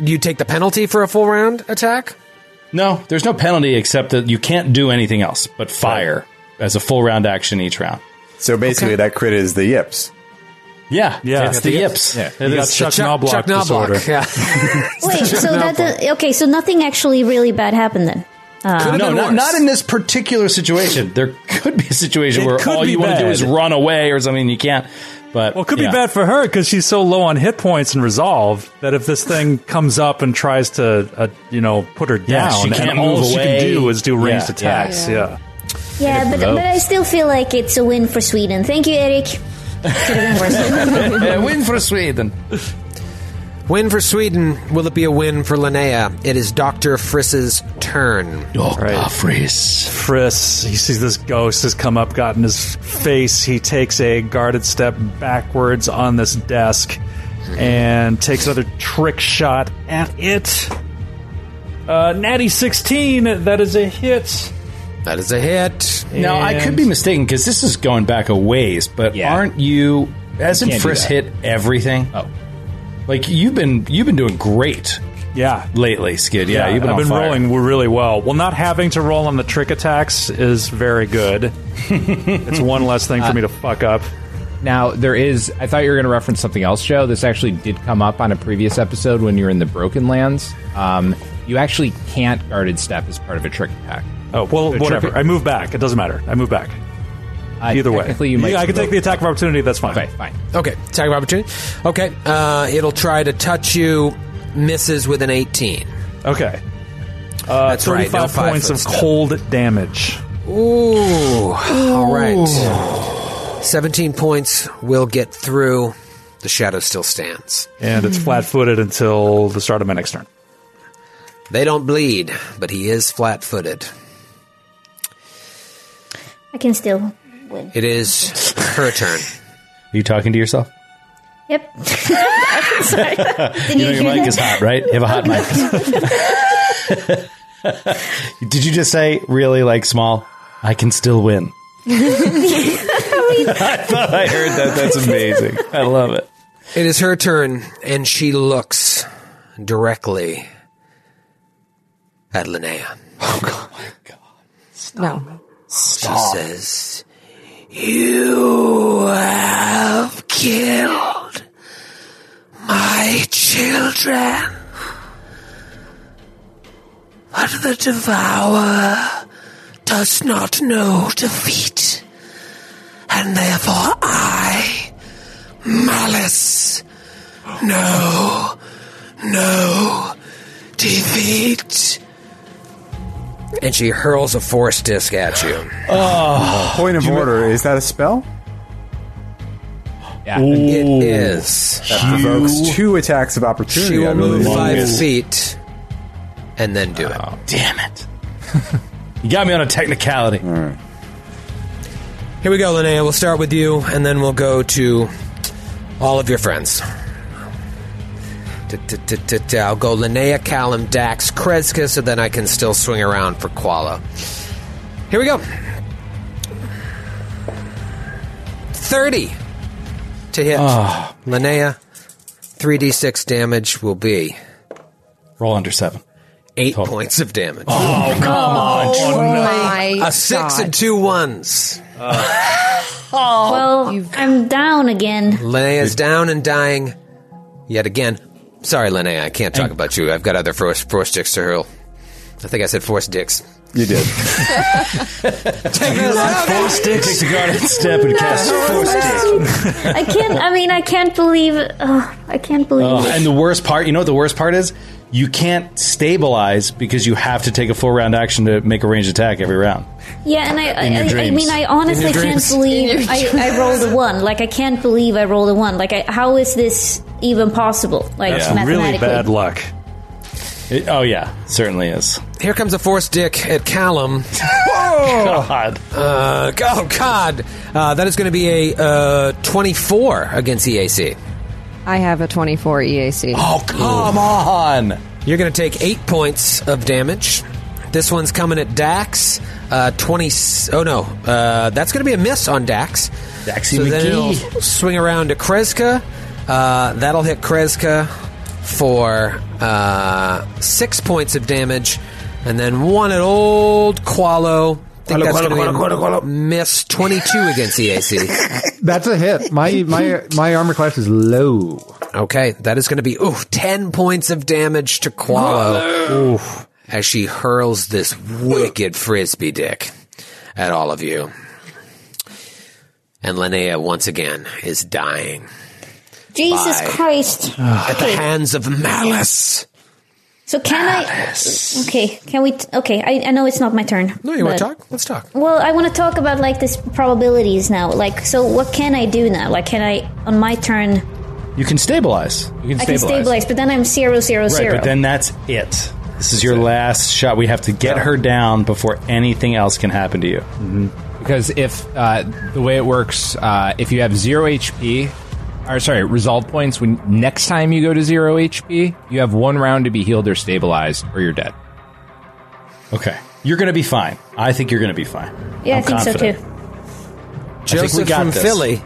You take the penalty for a full round attack.
No, there's no penalty except that you can't do anything else but fire as a full round action each round.
So basically, that crit is the yips.
Yeah, yeah. It's the yips.
Yeah.
It is Chuck, Knobloch disorder.
Wait, so
Now
that does, okay, so nothing actually really bad happened then. Uh,
no, not, not in this particular situation. There could be a situation
It
where
could
all
be
you want to do
bad.
is run away or something. and You can't. But
Well, it could
yeah.
be bad for her because she's so low on hit points and resolve that if this thing comes up and tries to, uh, you know, put her
Yeah,
down,
she can't
and all
move
she
away.
can do is do ranged
Yeah,
attacks.
yeah.
Yeah.
yeah, but, but I still feel like it's a win for Sweden. Thank you, Eric. Could have been worse.
Uh,
win for Sweden.
Win for Sweden. Will it be a win for Linnea? It is Dr. Friss's turn.
Dr. Friss.
Friss. He sees this ghost has come up, got in his face. He takes a guarded step backwards on this desk and takes another trick shot at it. Uh, natty 16. That is a hit.
That is a hit.
Now I could be mistaken because this is going back a ways, but aren't you? Hasn't
can't do
Friss
that.
hit everything? Oh, like you've been you've been doing great.
Yeah,
lately, Skid. Yeah, you've been.
I've
on
been
fire.
rolling really well. Well, not having to roll on the trick attacks is very good. it's one less thing for me to fuck up.
Uh, Now there is. I thought you were going to reference something else, Joe. This actually did come up on a previous episode when you were in the Broken Lands. Um, you actually can't guarded step as part of a trick attack.
Oh well, whatever. I move back. It doesn't matter. I move back. Either way,
technically you might
yeah, I can
still-
take the attack of opportunity. That's fine.
Okay, fine.
Okay, attack of opportunity. Okay, uh, it'll try to touch you. Misses with an 18.
Okay. Uh,
That's right. No
Thirty-five
five
points
foot
of
step.
cold damage.
Ooh. All
Oh.
right. 17 points will get through. The shadow still stands.
and it's flat footed until the start of my next turn.
They don't bleed, but he is flat footed.
I can still win.
It is her turn.
Are you talking to yourself?
Yep. Sorry. Didn't
you know
you
your
hear
mic
that?
is hot, right? You have a hot mic. Did you just say really like small? I can still win. I thought I heard that. That's amazing. I love it.
It is her turn, and she looks directly at Linnea.
No.
She says, You have killed my children. But the devourer does not know defeat, and therefore I, malice, no, no defeat. And she hurls a force disc at you.
Oh, point of order. Is that a spell?
Yeah.
It is.
That provokes two attacks of opportunity.
She
I
will
believe.
move five feet and then do it.
Damn it. You got me on a technicality.
Here we go, Linnea. We'll start with you, and then we'll go to all of your friends. Da-da-da-da-da. I'll go Linnea, Callum, Dax, Kreska, so then I can still swing around for Qualo. Here we go. 30 to hit.
Ah.
Linnea, 3d6 damage will be.
Roll under seven.
Eight points of damage.
Oh, come on.
my
a six
God.
and two ones.
Uh.
well, I'm down again.
Linnea's down and dying yet again. Sorry, Linnea, I can't talk about you. I've got other force, force dicks to hurl. I think I said force dicks.
You did.
Take the guarded step and cast force stick.
I can't. I mean, I can't believe. Oh, I can't believe.
Oh,
it.
and the worst part, you know what the worst part is? You can't stabilize because you have to take a full round action to make a ranged attack every round.
Yeah, and I,
In your
I, I, I
dreams.
mean, I
In
honestly
your
can't
dreams.
believe I, I rolled a one. Like, I can't believe I rolled a one. Like, I, how is this even possible? Like,
That's really
mathematically.
bad luck. It- oh yeah, certainly is.
Here comes a force dick at Callum.
God.
Uh, g- oh, God. Uh, that is going to be a uh, 24 against E EAC.
I have a 24 EAC.
Oh, come on.
You're going to take eight points of damage. This one's coming at Dax. Uh, 20. Oh, no. Uh, that's going to be a miss on Dax.
Daxy
so then it'll
McGee.
swing around to Kreska. Uh, that'll hit Kreska for uh, six points of damage. And then one at old Qualo think that's going to be a miss 22 against E EAC.
That's a hit. My my my armor class is low.
Okay, that is going to be ooh, 10 points of damage to Qualo as she hurls this wicked frisbee dick at all of you. And Linnea once again is dying
Jesus
Bye.
Christ.
at the hands of malice.
So can I? Okay, can we? T- okay, I, I know it's not my turn.
No, you want to
but-
talk? Let's talk.
Well, I want to talk about like this probabilities now. Like, so what can I do now? Like, can I on my turn?
You can stabilize. You
I can stabilize, but then I'm zero zero
Right,
zero.
but then that's it. This is your last shot. We have to get her down before anything else can happen to you.
Because if uh, the way it works, uh, if you have zero HP, or sorry, resolve points, when next time you go to zero HP, you have one round to be healed or stabilized, or you're dead.
Okay. You're going to be fine. I think you're going to be fine.
yeah, i
I'm
think
confident.
so too.
think we
Joseph
got
from
this.
Philly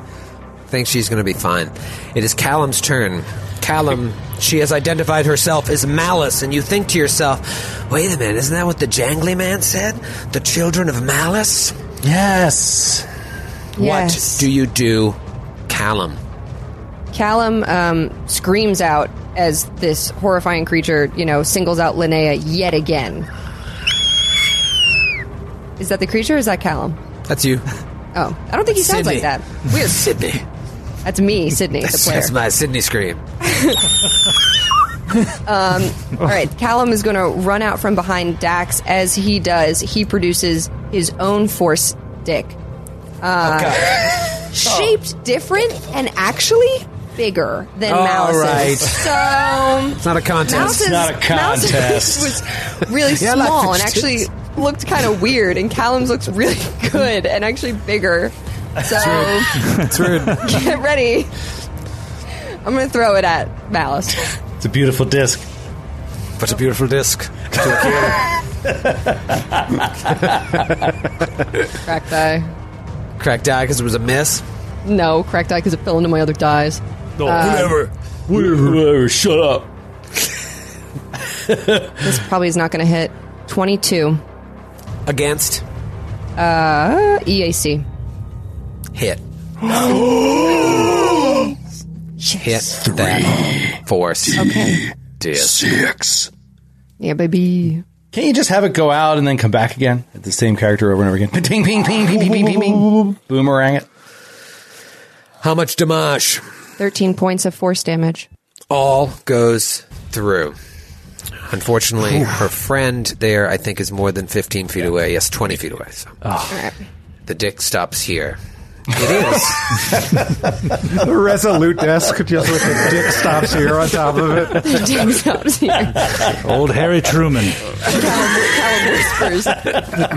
thinks she's going to be fine. It is Callum's turn. Callum, she has identified herself as Malice, and you think to yourself, wait a minute, isn't that what the jangly man said? The children of Malice?
Yes.
Yes.
What do you do, Callum?
Callum um, screams out as this horrifying creature, you know, singles out Linnea yet again. Is that the creature or is that Callum?
That's you.
Oh, I don't think he sounds like
Sydney.
that.
We're Sydney.
That's me, Sydney, the
That's,
player.
that's my Sydney scream.
Um, all right, Callum is going to run out from behind Dax. As he does, he produces his own force stick, uh, shaped different and actually bigger than
All
Malice's.
right.
So
It's not a contest.
Mouse's, Mouse's was really
Yeah, I like
small and
fixed
actually looked kind of weird, and Callum's looks really good and actually bigger. So
It's rude.
get ready. I'm going to throw it at Malice.
It's a beautiful disc.
What a beautiful disc.
Crack die.
Cracked eye because it was a miss.
No, cracked die because it fell into my other dies.
No,
whatever.
Whatever, whatever, shut up.
This probably is not going to hit. 22.
Against
Uh, EAC.
hit. Hit that force. Okay. Disc.
Six.
Yeah, baby.
Can't you just have it go out and then come back again at the same character over and over again? Ping, ping, ping, ping, ping, ping, ping, ping. Boomerang it.
How much damage?
13 points of force damage.
all goes through. Unfortunately, her friend there, I think, is more than 15 feet away. Yes, 20 feet away. So. The dick stops here. It is.
The resolute desk just with the dick stops here on top of it.
James out here.
Old Harry Truman.
Callum whispers.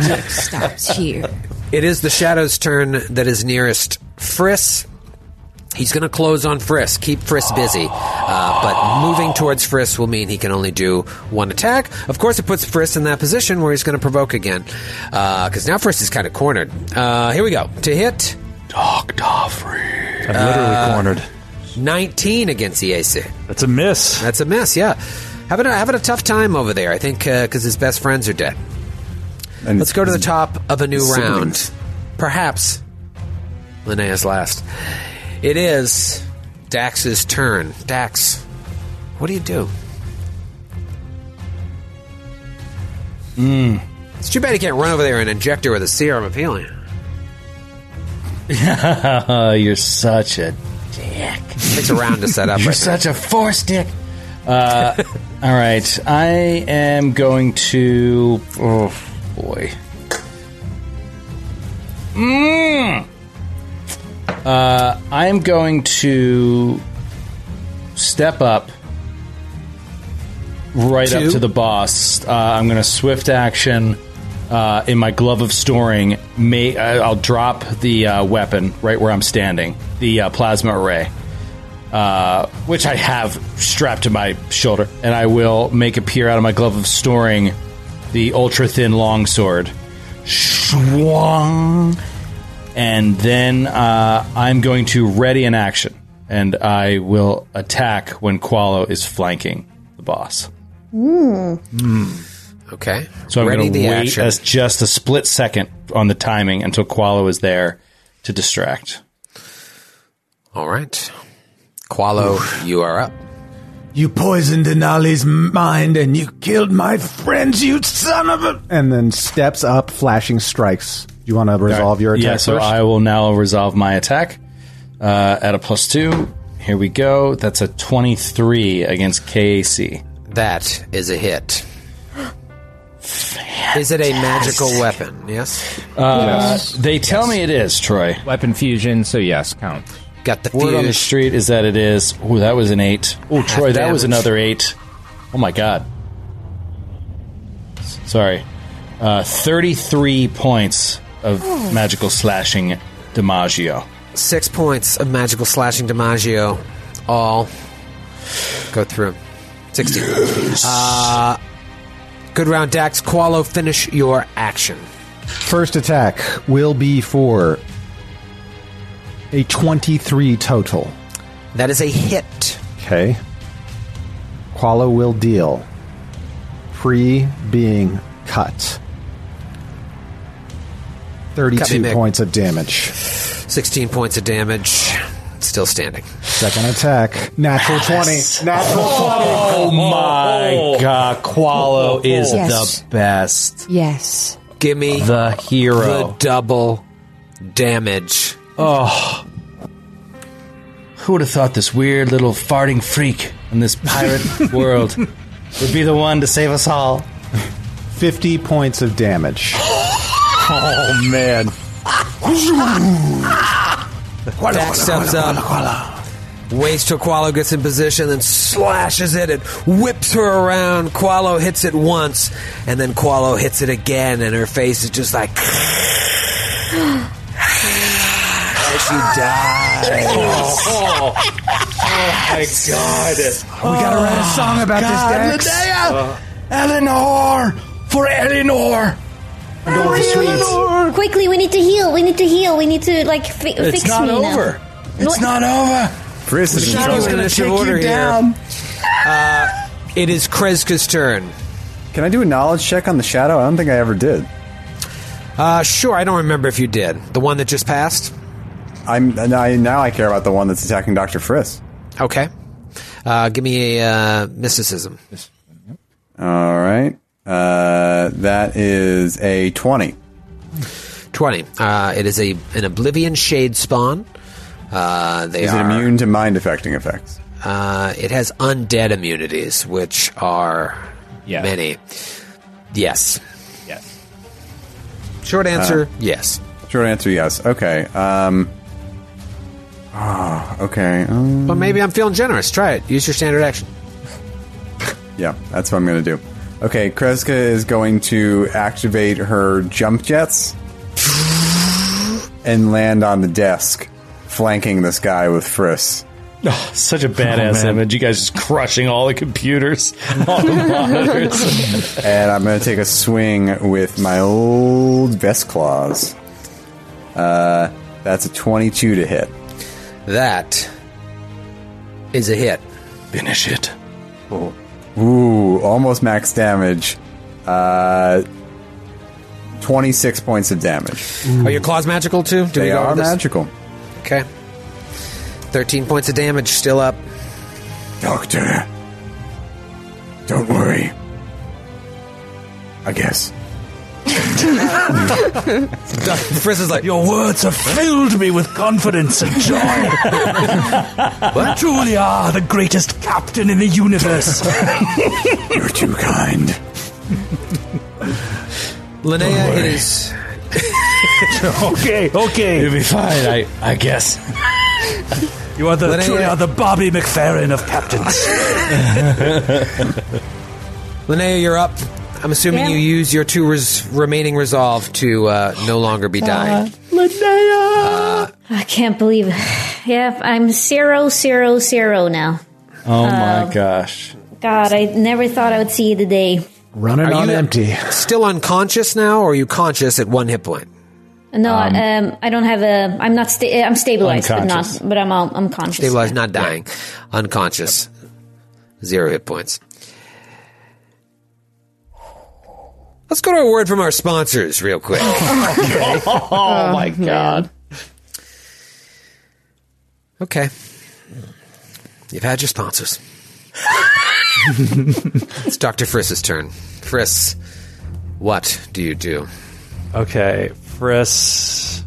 Jack stops here.
It is the shadow's turn that is nearest Friss. He's going to close on Friss, keep Friss busy. Uh, but moving towards Friss will mean he can only do one attack. Of course, it puts Friss in that position where he's going to provoke again. Because now Friss is kind of cornered. Uh, here we go. To hit
I'm literally cornered.
19 Uh, against EAC.
That's a miss.
That's a miss, yeah. Having a, having a tough time over there, I think, because his best friends are dead.
And
Let's go to the top of a new
siblings.
round. Perhaps Linnea's last. It is Dax's turn. Dax, what do you do?
Mm.
It's too bad he can't run over there and inject her with a serum of healing.
You're such a dick.
Takes a round to set up.
You're
right now.
such a force dick. Uh, all right, I am going to. Oh boy. Mm. Uh, I am going to step up right
Two.
up to the boss. Uh, I'm going to swift action uh, in my glove of storing. May I- I'll drop the uh, weapon right where I'm standing, the uh, plasma array, uh, which I have strapped to my shoulder, and I will make appear out of my glove of storing the ultra thin longsword. Schwang. And then uh, I'm going to ready an action, and I will attack when Qualo is flanking the boss.
Hmm. Okay.
So I'm
Ready
going to
the
wait
action.
as just a split second on the timing until Qualo is there to distract.
All right. Qualo, you are up.
You poisoned Denali's mind and you killed my friends, you son of a.
and then steps up, flashing strikes. You want to resolve your attack
Yeah, so
first?
I will now resolve my attack uh, at a plus two. Here we go. That's a 23 against KAC.
That is a hit. Is it a magical weapon? Yes.
Uh, They tell me it is, Troy.
Weapon fusion, so yes, count.
Got the
Word on the
fuse.
street is that it is. Oh, that was an eight. Oh, Troy, that was
damage.
another eight. Oh my god. S- Sorry. Uh, 33 points of
Oh.
magical slashing DiMaggio.
Six points of magical slashing DiMaggio. All. Go through. 60. Uh, good round, Dax. Qualo, finish your action.
First attack will be for a 23 total.
That is a hit.
Okay. Qualo will deal. Pre being cut. 32
Mick.
points of damage.
16 points of damage. Still standing.
Second attack. Natural 20. Natural 20.
Oh my god, Qualo is
Yes.
the best.
Yes.
Give me
the hero.
The double damage.
Oh. Who would have thought this weird little farting freak in this pirate world would be the one to save us all?
50 points of damage.
Oh man.
Dax steps up. Waits till Qualo gets in position, then slashes it and whips her around. Qualo hits it once, and then Qualo hits it again, and her face is just like as she dies.
Oh,
my god.
We gotta write a song about this, Dax.
Eleanor! For Eleanor!
Quickly, we need to heal. We need to heal. We need to like fi-
It's
fix
not
me now.
over. It's
What?
not over.
Chris
is in Shadow's trouble. gonna take you down. Uh, it is Kreska's turn.
Can I do a knowledge check on the shadow? I don't think I ever did.
Uh, sure. I don't remember if you did. The one that just passed.
I'm and I, now I care about the one that's attacking Doctor Friss.
Okay. Uh, give me a uh, mysticism.
All right, uh, that is a twenty.
20. Uh, it is a an Oblivion Shade spawn. Uh, they
is
are,
it immune to mind affecting effects?
Uh, it has undead immunities, which are many. Yes.
Yes.
Short answer, yes.
Short answer, yes. Okay. Um, ah, okay. Um,
But maybe I'm feeling generous. Try it. Use your standard action.
Yeah, that's what I'm going to do. Okay, Kreska is going to activate her jump jets and land on the desk, flanking this guy with Friss.
Oh, such a badass
man.
image. You guys just crushing all the computers, all the monitors.
and I'm going to take a swing with my old best claws. Uh, that's a 22 to hit.
That is a hit.
Finish it.
Oh. Ooh, almost max damage. Uh, 26 points of damage.
Are your claws magical too? Do
they
go with
are
this?
magical.
Okay. 13 points of damage, still up.
Doctor, don't worry. I guess.
Frizz is like,
Your words have filled me with confidence and joy. You truly are the greatest captain in the universe. You're too kind.
Linnea, it is.
okay, okay.
It'll be fine, I, I guess.
You are the
Linnea-
truly are the Bobby McFerrin of captains.
Linnea, you're up. I'm assuming
Yeah.
you use your two res- remaining resolve to uh, no longer be
Uh,
dying.
Linnea! I can't believe it. Yep, I'm zero, zero, zero now.
Oh
Um,
my gosh.
God, I never thought I would see the day.
Running
on
empty.
Still unconscious now, or are you conscious at one hit point?
No,
Um,
I, um, I don't have a. I'm not. Sta- I'm stabilized, but
Unconscious.
not. But I'm. out- I'm conscious.
Stabilized, not dying. Unconscious. Zero hit points. Let's go to a word from our sponsors real quick.
oh my god.
Okay. You've had your sponsors. it's Dr. Friss's turn. Friss, what do you do?
Okay, Friss.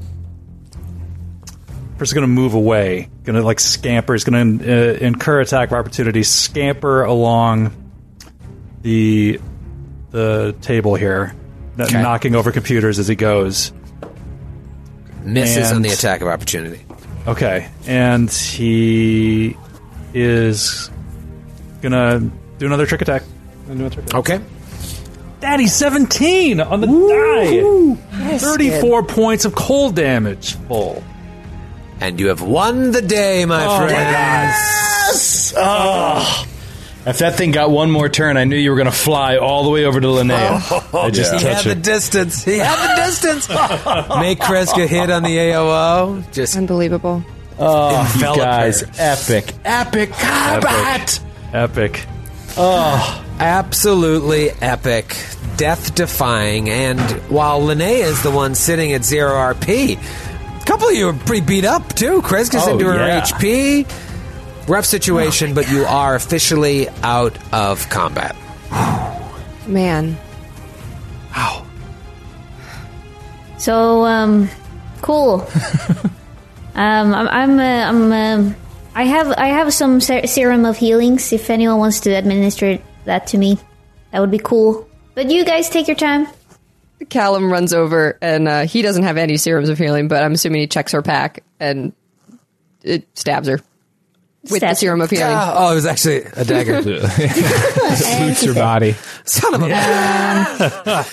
Friss is going to move away. Going to like scamper. He's going to uh, incur attack of opportunity. Scamper along the the table here, Not
Okay.
knocking over computers as he goes.
Misses on
And-
the attack of opportunity.
Okay, and he is gonna do another trick attack.
Okay.
Daddy 17 on the die. 34 points of cold damage full.
And you have won the day, my
Oh,
friend.
Yes!
Oh.
If that thing got one more turn, I knew you were going to fly all the way over to Linnea.
Oh,
I just
he had
touch
the
it.
distance. He had the distance. Make Kreska hit on the AOO. Just
unbelievable.
Oh, you
envelop
guys,
her.
epic, epic combat!
Epic.
Oh, absolutely epic. Death defying. And while Linnea is the one sitting at zero RP, a couple of you are pretty beat up too. Kreska's
Oh,
into her
yeah.
HP. Rough situation, but you are officially out of combat.
Man.
So, um, cool. um, I'm, I'm, uh, I'm, um, I have, I have some ser- serum of healings. If anyone wants to administer that to me, that would be cool. But you guys take your time.
Callum runs over and uh, he doesn't have any serums of healing, but I'm assuming he checks her pack and it stabs her with the
Stabs her.
serum of healing.
Ah, oh, it was actually a dagger.
Suits your body.
Son of a.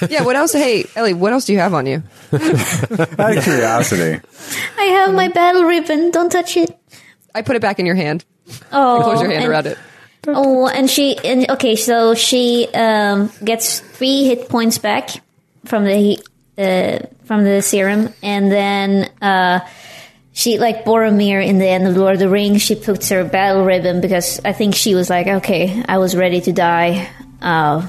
yeah, what else? Hey, Ellie, what else do you have on you?
Out of curiosity,
I have my battle ribbon. Don't touch it.
Um, I put it back in your hand.
Oh,
Close your hand
and-
around it.
Oh, and she and okay, so she um, gets three hit points back from the uh, from the serum, and then uh, she like Boromir in the end of Lord of the Rings. She puts her battle ribbon because I think she was like, okay, I was ready to die, uh,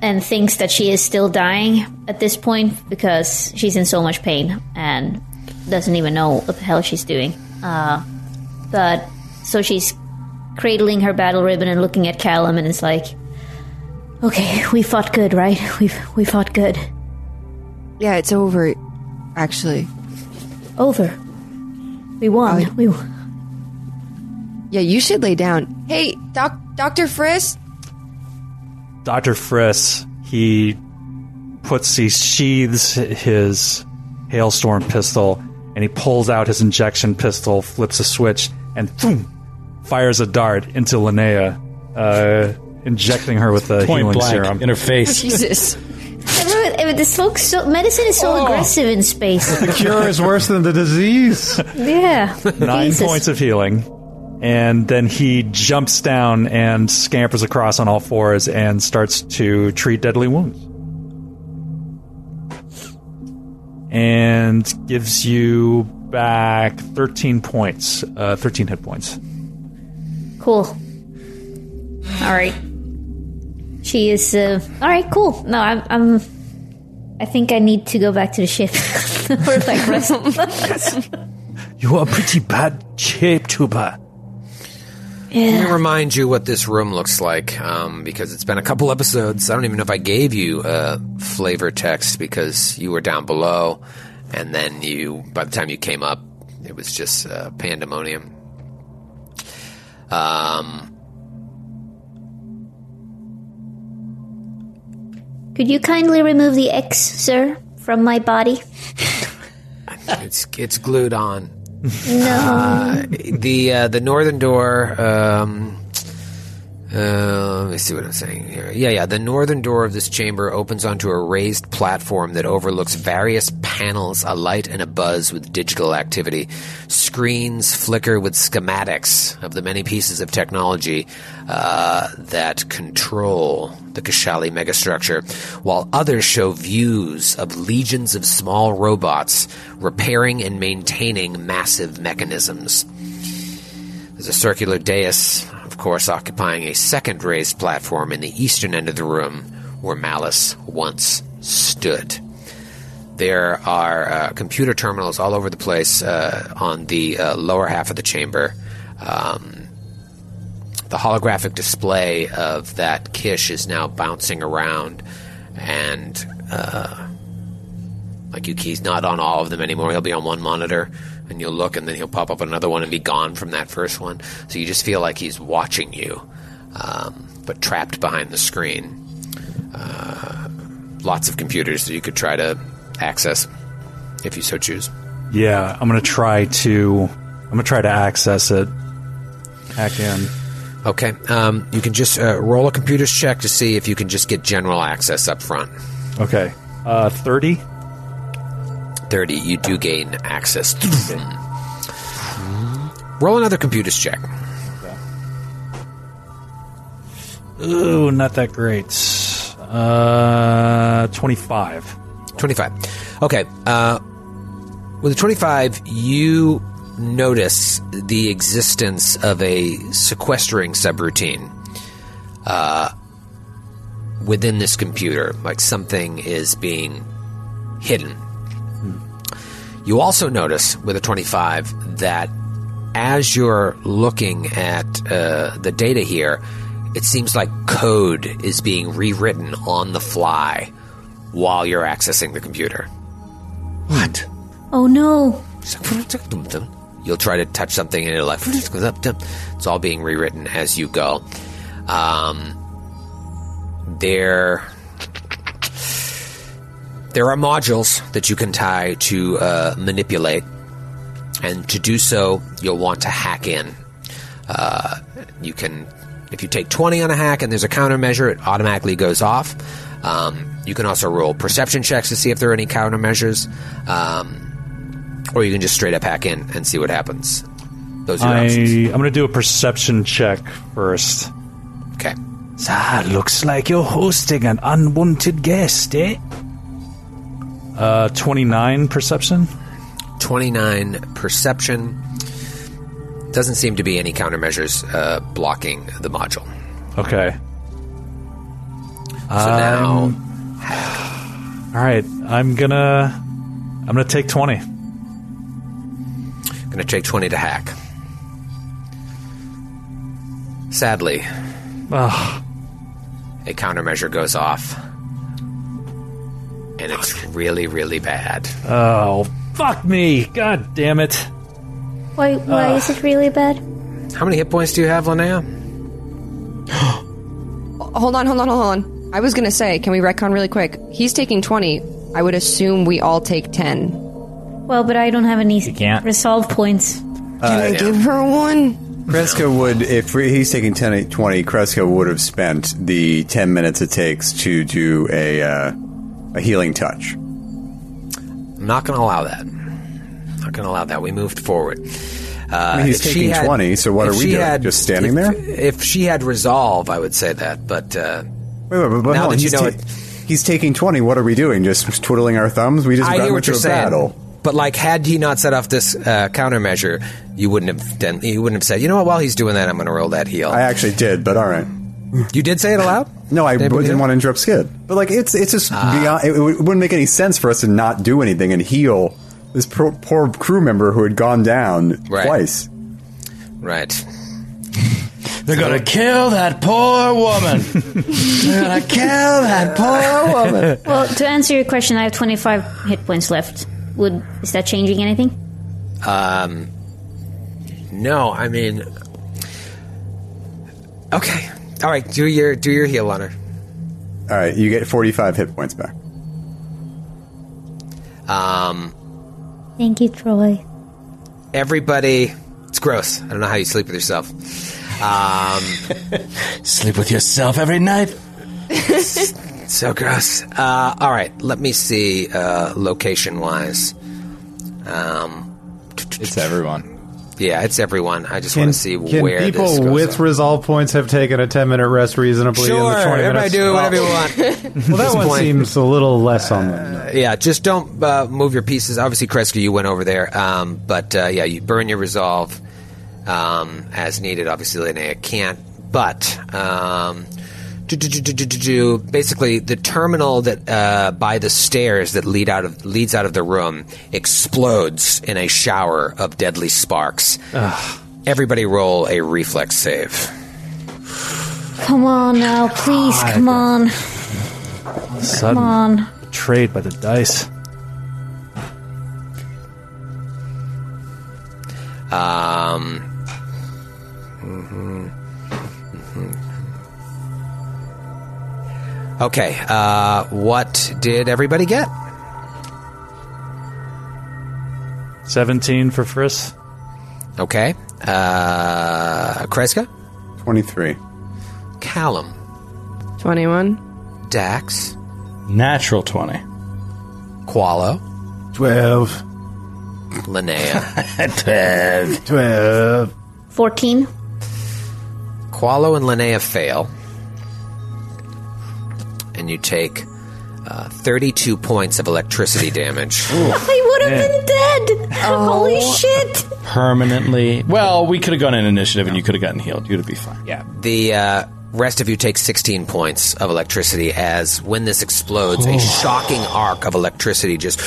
and thinks that she is still dying at this point because she's in so much pain and doesn't even know what the hell she's doing. Uh, but so she's cradling her battle ribbon and looking at Callum, and it's like, okay, we fought good, right? We we fought good.
Yeah, it's over, actually. Oh,
Over. We won. we won.
Yeah, you should lay down. Hey, doc, Dr. Friss?
Dr. Friss, he puts, he sheathes his hailstorm pistol and he pulls out his injection pistol, flips a switch, and thoom, fires a dart into Linnea, uh, injecting her with a
Point
healing
blank
serum.
in her face.
Jesus.
Everyone, eh, this looks so. Medicine is so aggressive in space.
The cure is worse than the disease.
yeah.
Nine
Jesus.
points of healing. And then he jumps down and scampers across on all fours and starts to treat deadly wounds. And gives you back 13 points, uh, 13 hit points.
Cool. All right. She is. Uh, all right. Cool. No, I'm. I'm I think I need to go back to the ship or like rest.
You are pretty bad shape, Tuba.
Let me remind you what this room looks like um, because it's been a couple episodes. I don't even know if I gave you uh, flavor text because you were down below, and then you by the time you came up, it was just uh, pandemonium. Um,
Could you kindly remove the X, sir, from my body?
it's it's glued on.
No.
the uh, the northern door. Um, uh, let me see what I'm saying here. Yeah, yeah. The northern door of this chamber opens onto a raised platform that overlooks various panels alight and abuzz with digital activity. Screens flicker with schematics of the many pieces of technology uh, that control the Kashali megastructure, while others show views of legions of small robots repairing and maintaining massive mechanisms. There's a circular dais, of course, occupying a second raised platform in the eastern end of the room where Malice once stood. There are uh, computer terminals all over the place uh, on the uh, lower half of the chamber. Um, the holographic display of that Kish is now bouncing around, and uh, like Yuki's not on all of them anymore. He'll be on one monitor, and you'll look, and then he'll pop up on another one and be gone from that first one. So you just feel like he's watching you, um, but trapped behind the screen. Uh, lots of computers that you could try to access if you so choose.
Yeah, I'm gonna try to. I'm gonna try to access it. Hack in.
Okay, um, you can just uh, roll a computer's check to see if you can just get general access up front.
Okay. Uh, thirty.
30, you do gain access. Roll another computer's check.
Ooh, not that great. Uh, twenty-five.
25. Okay. Uh, with a 25, you notice the existence of a sequestering subroutine uh, within this computer. Like something is being hidden. Hmm. You also notice with a 25 that as you're looking at uh, the data here, it seems like code is being rewritten on the fly while you're accessing the computer. What?
Oh no.
You'll try to touch something and it'll like it's all being rewritten as you go. Um, there, there are modules that you can tie to uh, manipulate, and to do so, you'll want to hack in. Uh, you can, if you take twenty on a hack and there's a countermeasure, it automatically goes off. Um, you can also roll perception checks to see if there are any countermeasures, um, or you can just straight up hack in and see what happens. Those are your
I,
options.
I'm gonna do a perception check first.
Okay.
Ah, looks like you're hosting an unwanted guest, eh?
Uh, twenty-nine perception.
29 perception. Doesn't seem to be any countermeasures uh, blocking the module.
Okay.
So now,
Um, all right. I'm gonna, I'm gonna take twenty.
Gonna take 20 to hack. Sadly,
Ugh.
a countermeasure goes off. And it's really, really bad.
Oh, fuck me! God damn it!
Why, why
Ugh.
is it really bad?
How many hit points do you have, Linnea?
Hold on, hold on, hold on. I was gonna say, can we retcon really quick? He's taking twenty. I would assume we all take ten.
Well, but I don't have any resolve points.
Uh,
Can I give her one?
Kreska would, if he's taking 10, 20, Kreska would have spent the 10 minutes it takes to do a, uh, a healing touch.
I'm not going to allow that. Not going to allow that. We moved forward. Uh,
I mean, he's
if she
taking
had-
20, so what
if
are we
she
doing?
had-
Just standing
if-
there?
If she had resolve, I would say that. But uh,
Wait, wait, wait, but
now
hold on,
that you
he's
know
ta-
it,
He's taking 20. What are we doing? Just twiddling our thumbs? We just
I
got
hear
into
what you're
a
saying.
battle.
But like, had he not set off this uh, countermeasure, you wouldn't have done. You wouldn't have said, you know what? While he's doing that, I'm going to roll that heal.
I actually did, but all right.
You did say it aloud?
No, I
Did everybody
didn't
hear?
want to interrupt Skid. But like, it's it's just beyond. It, it wouldn't make any sense for us to not do anything and heal this poor, poor crew member who had gone down
Right.
twice.
Right.
They're gonna kill that poor woman. They're gonna kill that poor woman.
Well, to answer your question, I have 25 hit points left. Would is that changing anything?
Um, no, I mean, okay, all right. Do your do your heal on her.
All right, you get 45 hit points back.
Um,
Thank you, Troy.
everybody, it's gross. I don't know how you sleep with yourself. Um,
Sleep with yourself every night.
so gross. Uh, all right, let me see. Uh, location wise, um,
it's everyone.
Yeah, it's everyone. I just want to see
Can
where
people
this goes.
with resolve points have taken a 10 minute rest reasonably in the
Sure,
20
everybody
minutes? Oh.
do whatever you want.
Well, that
This
one
point-
seems a little less on them.
Yeah, just don't uh, move your pieces. Obviously, Kreska, you went over there, um, but uh, yeah, you burn your resolve um, as needed. Obviously, Linnea can't, but um, do, do, do, do, do, do, do. basically the terminal that uh, by the stairs that lead out of leads out of the room explodes in a shower of deadly sparks. Everybody roll a reflex save.
Come on now, please,
Ah,
come on. Come
Sudden
on.
Betrayed by the dice.
Um, Okay, uh, what did everybody get?
17 for Friss.
Okay. Uh, Kreska?
23.
Callum?
21.
Dax?
Natural 20.
Qualo?
12.
Linnea?
12. 12.
14.
Qualo and Linnea fail. And you take uh, 32 points of electricity damage.
I would have been dead. Oh. Holy shit.
Permanently. Well, we could have gone in initiative and you could have gotten healed. You'd have been fine.
Yeah.
The uh, rest of you take 16 points of electricity as when this explodes,
Oh.
a shocking arc of electricity just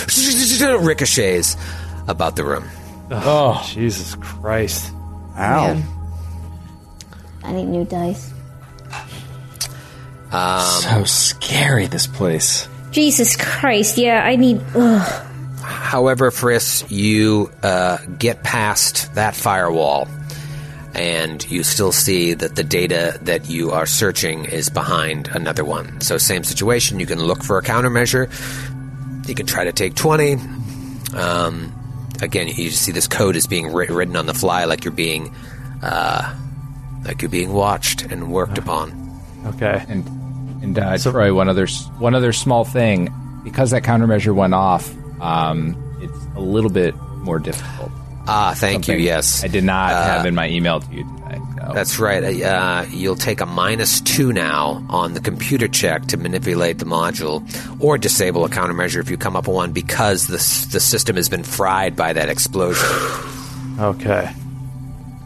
ricochets about the room.
Oh, Jesus Christ.
Ow. I need new dice.
Um,
so scary, this place.
Jesus Christ, yeah, I need. Ugh.
However, Friss, you uh, get past that firewall, and you still see that the data that you are searching is behind another one. So, same situation. You can look for a countermeasure. You can try to take twenty. Um, again, you see this code is being writ- written on the fly, like you're being, uh, like you're being watched and worked upon.
Okay.
And and uh, Troy, one other s- one other small thing, because that countermeasure went off, um, it's a little bit more difficult.
Ah, thank you.
Something
Yes,
I did not
Uh,
have in my email to you oh. today.
That's right. Uh, you'll take a minus two now on the computer check to manipulate the module or disable a countermeasure if you come up with one because the, s- the system has been fried by that explosion.
Okay.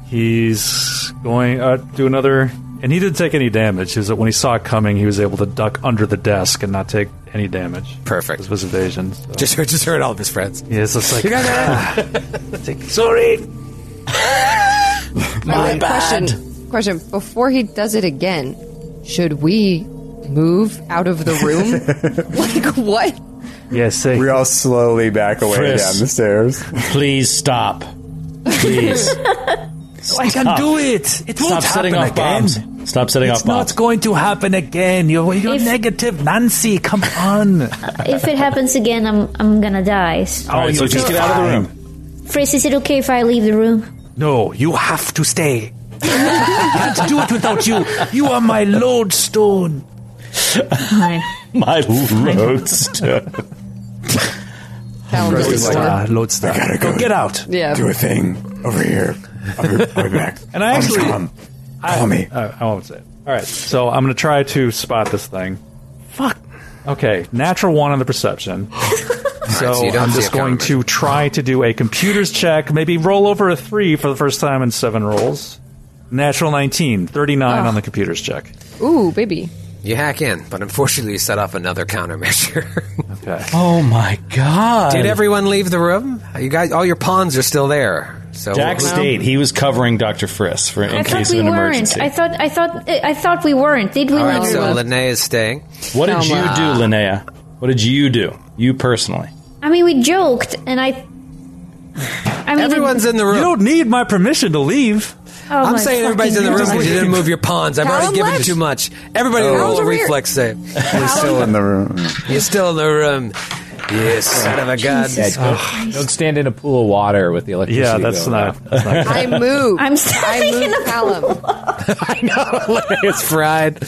He's going uh, do another, and he didn't take any damage. Is that when he saw it coming, he was able to duck under the desk and not take any damage.
Perfect.
This was evasion. so-
Just, just heard all of his friends.
Yeah, it's just like
You got
sorry.
My Question. Question. Before he does it again, should we move out of the room? like what?
Yes,
we all slowly back away
Frisk.
down the stairs.
Please stop. Please.
I can do it. It
Stop
won't
setting
happen
off
again.
bombs. Stop setting
it's
off bombs.
not going to happen again. You're, you're negative, Nancy. Come on.
If it happens again, I'm I'm gonna die.
All right, so just get out of the room.
Frisk, is it okay if I leave the room?
No, you have to stay. I can't do it without you. You are my lodestone.
Fine.
My lodestone.
Lodestar,
Lodestar.
Lodestar.
I gotta
go. Ah, Get out.
Yeah.
Do a thing over here. I'll be, I'll be back.
And I
I'll just
actually-
come. Call me.
I, I won't say it. All right, so I'm gonna try to spot this thing. Fuck. Okay, natural one on the perception. so
so you don't
I'm
see
just
a
going to try to do a computer's check. Maybe roll over a three for the first time in seven rolls. Natural 19, 39
Ugh.
on the computer's check.
Ooh, baby.
Ah. You hack in, but unfortunately, you set off another countermeasure.
Okay.
Oh my god.
Did everyone leave the room? You guys, all your pawns are still there. So
Jack State, he was covering Dr. Friss for in
I thought
case of
we
an
weren't.
emergency.
I thought I thought I thought we weren't. Did we?
All right,
leave the
so
room?
Linnea is staying.
what did you do,
Thelma.
Linnea? What did you do? You personally.
I mean, we joked, and I. I mean,
Everyone's in the room.
You don't need my permission to leave.
Oh
I'm
my
saying everybody's in the room
fucking
because you didn't move your pawns. I've already
Callum
given
left.
you too much. Everybody roll a
over here.
reflex save.
We're still in the room.
You're still in the room. You son of a gun.
Yeah,
Oh,
don't, don't stand in a pool of water with the electricity.
Yeah, that's
going
not.
off.
That's not
I moved.
I'm
I
standing in
moved
a
Callum.
it's fried.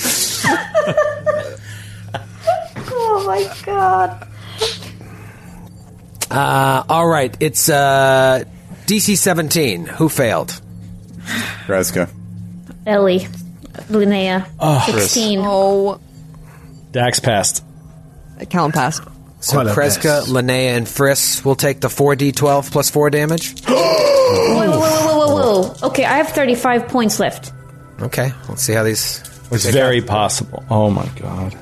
Oh my god.
Uh, all right, it's uh, DC 17. Who failed?
Kreska.
Ellie. Linnea.
Oh,
16.
Oh,
Dax passed.
Callum passed.
So
Quite a
Kreska, Linnea, and Friss will take the 4d12 plus 4 damage.
Whoa, whoa, whoa, whoa, whoa, whoa. Okay, I have 35 points left.
Okay, let's see how these
It's very possible. Oh my god.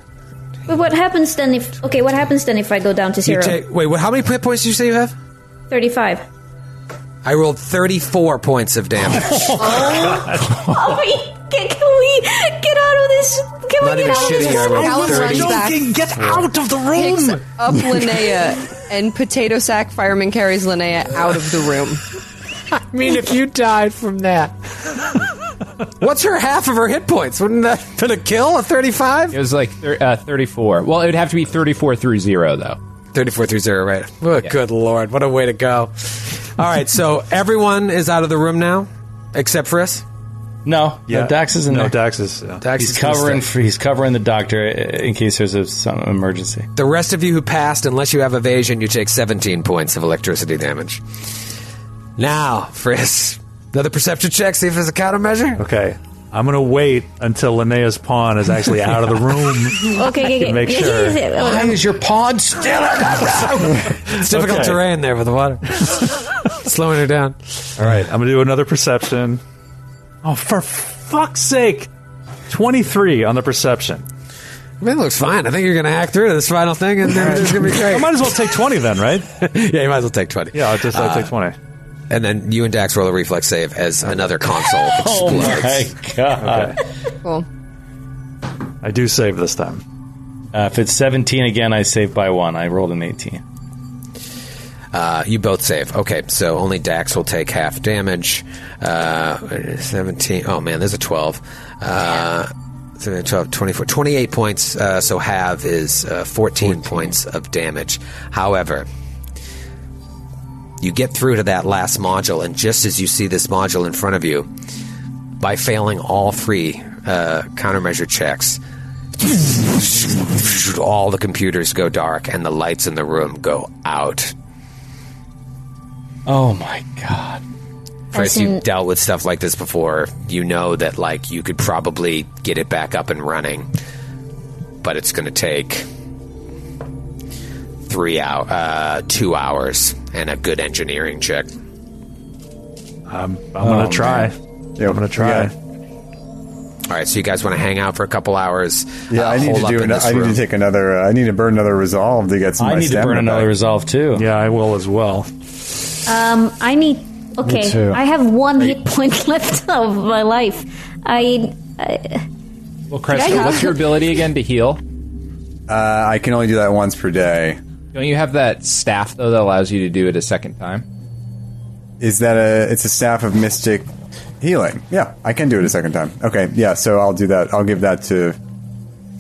But what happens then if? Okay, what happens then if I go down to
You
zero?
take- wait, what, how many hit points did you say you have?
Thirty-five.
I rolled 34 points of damage.
Oh, we, can, can we get out of this? Can
Not
we
even
get out of
shitty,
this?
I rolled
Alan
30.
runs back.
Get out of the room!
Picks up Linnea and potato sack fireman carries Linnea out of the room.
I mean, if you died from that. What's her half of her hit points? Wouldn't that been a kill? A 35?
It was like thir- uh, 34. Well, it would have to be 34 through 0, though.
34 through 0, right. Oh, Good lord, what a way to go. All right, so everyone is out of the room now, except for us?
No,
Yeah.
no, Dax is in
No,
there.
Dax is. uh,
Dax
he's
is gonna
covering.
stay.
For, he's covering the doctor uh, in case there's a, some emergency.
The rest of you who passed, unless you have evasion, you take 17 points of electricity damage. Now, Frisk, another perception check, see if there's a countermeasure.
Okay. I'm going to wait until Linnea's pawn is actually out of the room.
Okay, okay, okay.
Make
Yeah,
sure.
yeah, yeah.
Why is your pod still in
It's difficult
Okay.
terrain there with the water. Slowing her down.
All right. I'm going to do another perception. Oh, for fuck's sake. 23 on the perception.
I mean, it looks fine. I think you're going to hack through to this final thing, and then it's going to be great.
I might as well take 20 then, right?
yeah, you might as well take Uh, 20.
Yeah, I'll just I'll take 20.
And then you and Dax roll a reflex save as another console
Oh
explodes.
my god.
Cool.
I do save this time.
Uh, if it's 17 again, I save by one. I rolled an 18.
Uh, you both save. Okay, so only Dax will take half damage. Uh, 17. Oh, man, there's a 12. Uh, 17, 12, 24, 28 points. Uh, so half is uh, 14, points of damage. However, you get through to that last module, and just as you see this module in front of you, by failing all three uh, countermeasure checks, all the computers go dark and the lights in the room go out.
Oh my god.
Chris,
As in-
you've dealt with stuff like this before. You know that like you could probably get it back up and running, but it's going to take three hour, uh, two hours, and a good engineering check.
I'm, I'm going to
Oh,
try. I'm going to try.
All right, so you guys want to hang out for a couple hours?
Yeah,
uh,
I need
hole
to
up
do.
in
An,
this
I need
room.
to take another. Uh, I need to burn another resolve to get some. of
I
my
need to
stamina
burn another
back.
resolve too.
Yeah, I will as well.
Um, I need. Okay,
too.
I have one hit point left of my life. I. I
Well, Kreska,
Yeah, yeah.
what's your ability again to heal?
Uh, I can only do that once per day.
Don't you have that staff, though, that allows you to do it a second time?
Is that a? It's a staff of mystic healing. Yeah, I can do it a second time. Okay, yeah. So I'll do that. I'll give that to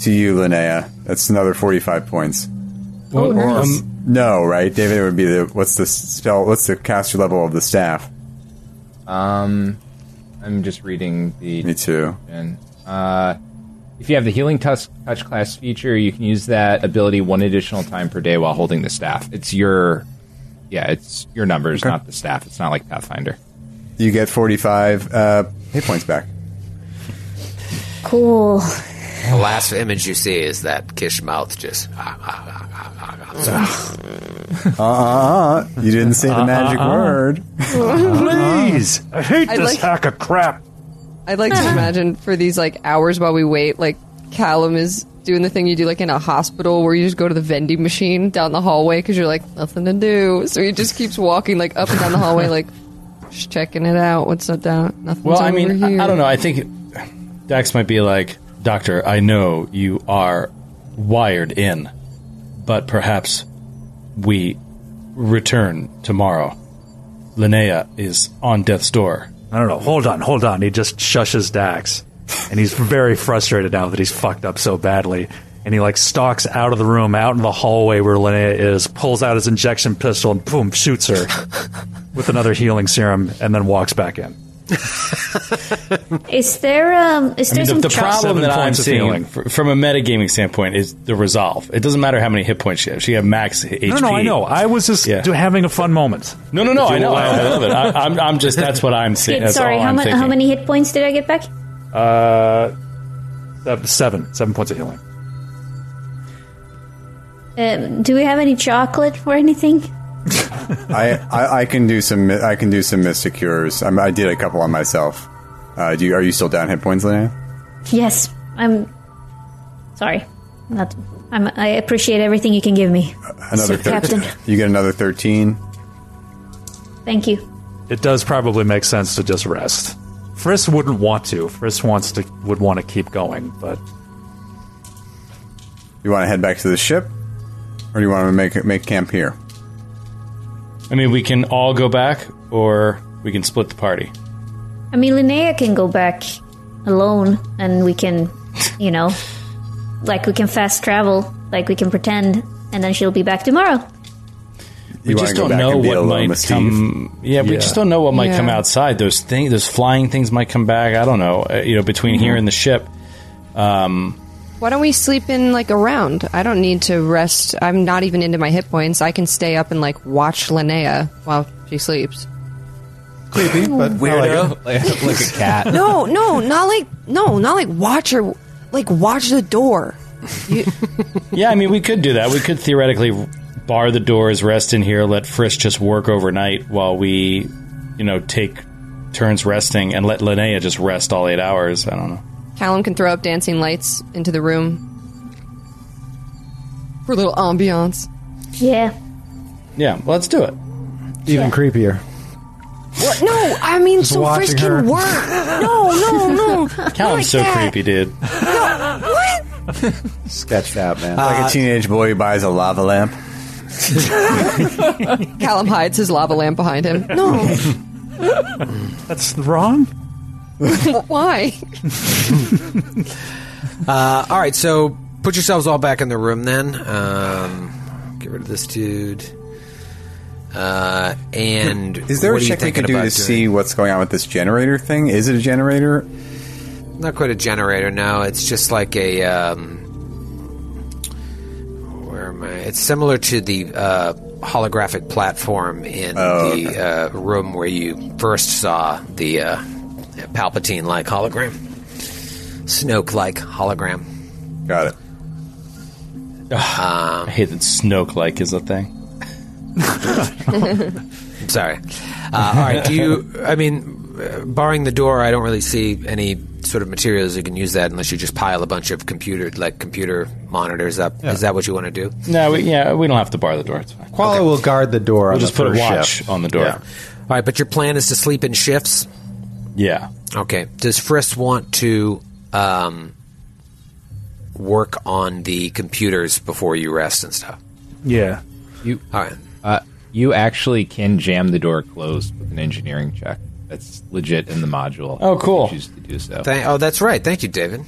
to you, Linnea. That's another forty-five points.
Oh,
um,
nice.
Um, no, right, David? It would be the what's the spell? What's the caster level of the staff?
Um, I'm just reading the.
Me too.
And, uh, if you have the healing touch, touch class feature, you can use that ability one additional time per day while holding the staff. It's your, yeah, it's your numbers, not the staff. It's not like Pathfinder.
You get forty-five uh, hit points back.
cool.
The last image you see is that Kish mouth just. ah, ah, ah, ah, ah, ah.
Uh, uh, uh, you didn't say the magic word.
Please! I hate
I'd
this
like-
hack of crap.
I'd like to imagine for these like hours while we wait, like Callum is doing the thing you do like in a hospital where you just go to the vending machine down the hallway because you're like nothing to do, so he just keeps walking like up and down the hallway like just checking it out. What's up down? Nothing's
Well, I
over
mean,
here.
I, I don't know. I think Dax might be like, Doctor, I know you are wired in, but perhaps we return tomorrow. Linnea is on death's door.
I don't know. Hold on, hold on. He just shushes Dax. And he's very frustrated now that he's fucked up so badly. And he like stalks out of the room, out in the hallway where Linnea is, pulls out his injection pistol and boom, shoots her with another healing serum, and then walks back in.
Is there um? Is
I
there
mean,
some
the, the
char-
problem
Seven
that I'm
points of
seeing
healing.
fr- from a metagaming standpoint is the resolve. It doesn't matter how many hit points she has. She had max HP.
No, no, I know. I was just
Yeah.
do- having a fun moment.
No, no, no.
If you
I know. I,
allow-
I love it. I, I'm, I'm just. That's what I'm
Okay,
saying. That's
sorry,
all
how,
I'm
mu-
thinking.
how many hit points did I get back?
Uh, sev- Uh, seven, seven points of healing.
Um, do we have any chocolate or anything?
I, I I can do some mi- I can do some mystic cures. I'm, I did a couple on myself. Uh, do you, are you still down hit points, Linnea?
Yes, I'm sorry. Not, I'm, I appreciate everything you can give me. Sir
Another
Captain.
thirteen. You get another thirteen.
Thank you.
It does probably make sense to just rest. Frisk wouldn't want to. Frisk wants to would want to keep going, but
You want to head back to the ship, or do you want to make make camp here?
I mean, we can all go back, or we can split the party.
I mean, Linnea can go back alone, and we can, you know, like we can fast travel, like we can pretend, and then she'll be back tomorrow.
We just don't know what might come. Yeah, we just don't know what might
Yeah.
come outside. Those things, those flying things might come back. I don't know. Uh, you know, between here
Mm-hmm.
and the ship. Um,
Why don't we sleep in like a round? I don't need to rest. I'm not even into my hit points. I can stay up and like watch Linnea while she sleeps.
Creepy, but
Weirdo. Like, a cat.
No, no, not like no, not like watch her. Like watch the door.
yeah, I mean, we could do that. We could theoretically bar the doors, rest in here, let Frisk just work overnight while we, you know, take turns resting, and let Linnea just rest all eight hours. I don't know.
Callum can throw up dancing lights into the room for a little ambiance.
Yeah.
Yeah, well, let's do it.
Even creepier.
What? No, I mean
Just
so
watching
Frisk can
her.
work. No, no, no.
Callum's so creepy, dude.
What?
Sketched out, man.
Uh,
like a teenage boy who buys a lava lamp.
Callum hides his lava lamp behind him. No.
that's wrong.
Why?
Uh, all right, so put yourselves all back in the room then. Um, get rid of this dude. Uh, and
Is there
what
a
are you
check we
thinking
could do to
about doing?
see what's going on with this generator thing? Is it a generator?
Not quite a generator. No, it's just like a. Um, where am I? It's similar to the uh, holographic platform in
Oh,
the uh, room where you first saw the uh, Palpatine-like hologram, Snoke-like hologram.
Got it.
I hate that Snoke like is a thing.
I'm sorry. Uh, all right. Do you? I mean, uh, barring the door, I don't really see any sort of materials you can use that unless you just pile a bunch of computer like computer monitors up. Is that what you want to do?
No, we, yeah, we don't have to bar the door. It's fine.
Qualo will guard the door.
We'll
on
just
the
put a
first
watch
shift.
on the door.
Yeah.
All right, but your plan is to sleep in shifts.
Yeah.
Okay. Does Frisk want to um, work on the computers before you rest and stuff?
Yeah.
You all right?
Uh, you actually can jam the door closed with an engineering check. That's legit in the module.
Oh, cool.
If you choose to do so.
Thank, oh, that's right. Thank you, David.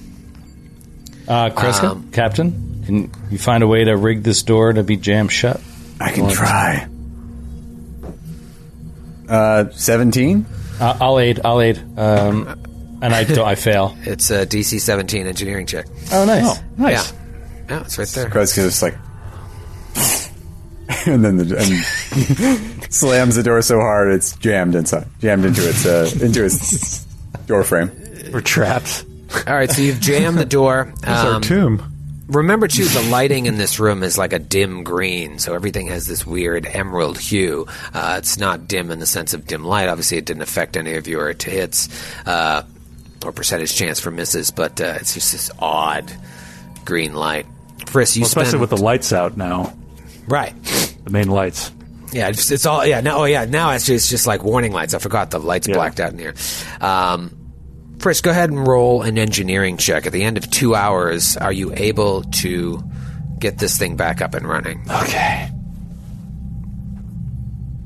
Uh, Kreska,
Um,
Captain, can you find a way to rig this door to be jammed shut?
I can try. Uh, seventeen.
Uh, I'll aid. I'll aid. Um, and I don't. I fail.
It's a DC 17 engineering check.
Oh, nice. Oh,
nice. Yeah. Yeah, it's right there.
Kreska just like, and then the and slams the door so hard it's jammed inside, jammed into its uh, into its door frame.
We're trapped.
All right, so you've jammed the door. um,
It's our tomb.
Remember too, the lighting in this room is like a dim green, so everything has this weird emerald hue. Uh, it's not dim in the sense of dim light. Obviously, it didn't affect any of your t- hits uh, or percentage chance for misses, but uh, it's just this odd green light. Chris, you
Well, especially
spend
with the lights out now.
Right.
The main lights.
Yeah, it's, it's all yeah. Now, oh yeah, now it's just, it's just like warning lights. I forgot the lights blacked out in here. Um, Frisk, go ahead and roll an engineering check. At the end of two hours, are you able to get this thing back up and running?
Okay.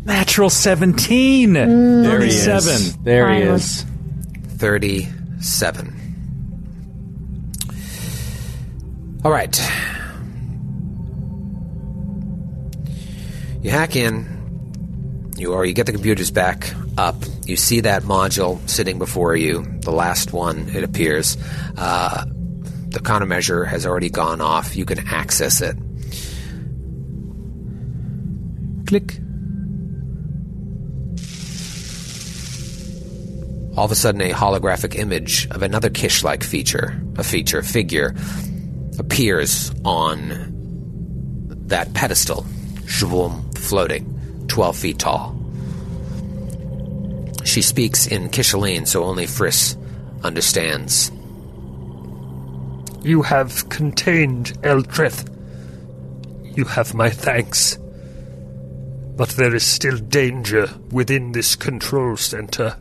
Natural seventeen.
There he is.
Thirty-seven.
Mm. There he Finally. is. Thirty-seven. All right. You hack in, you or you get the computers back up. You see that module sitting before you, the last one it appears. Uh, the countermeasure has already gone off. You can access it. Click. All of a sudden, a holographic image of another Kish like feature, a feature, figure, appears on that pedestal. Shvum, floating, 12 feet tall. She speaks in Kishaline, so only Friss understands.
You have contained Eltrith. You have my thanks. But there is still danger within this control center.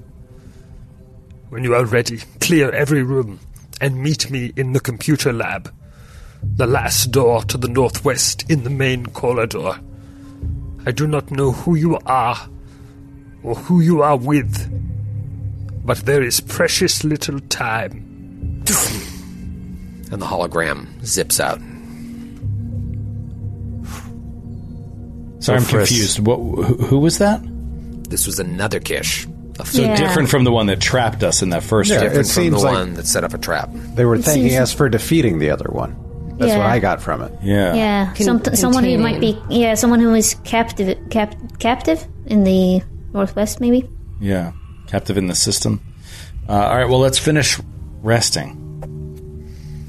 When you are ready, clear every room and meet me in the computer lab. The last door to the northwest in the main corridor. I do not know who you are or who you are with, but there is precious little time.
And the hologram zips out.
Sorry, I'm confused. What? Who, who was that?
This was another Kish. A
So
Yeah.
different from the one that trapped us in that first.
Yeah,
one.
it seems like
that set up a trap.
They were
It
thanking
seems-
us for defeating the other one. That's what
Yeah.
I got from it.
Yeah.
yeah, some, someone who might be yeah, someone who is captive cap, captive in the northwest maybe.
Yeah, captive in the system. Uh, all right, well, let's finish resting.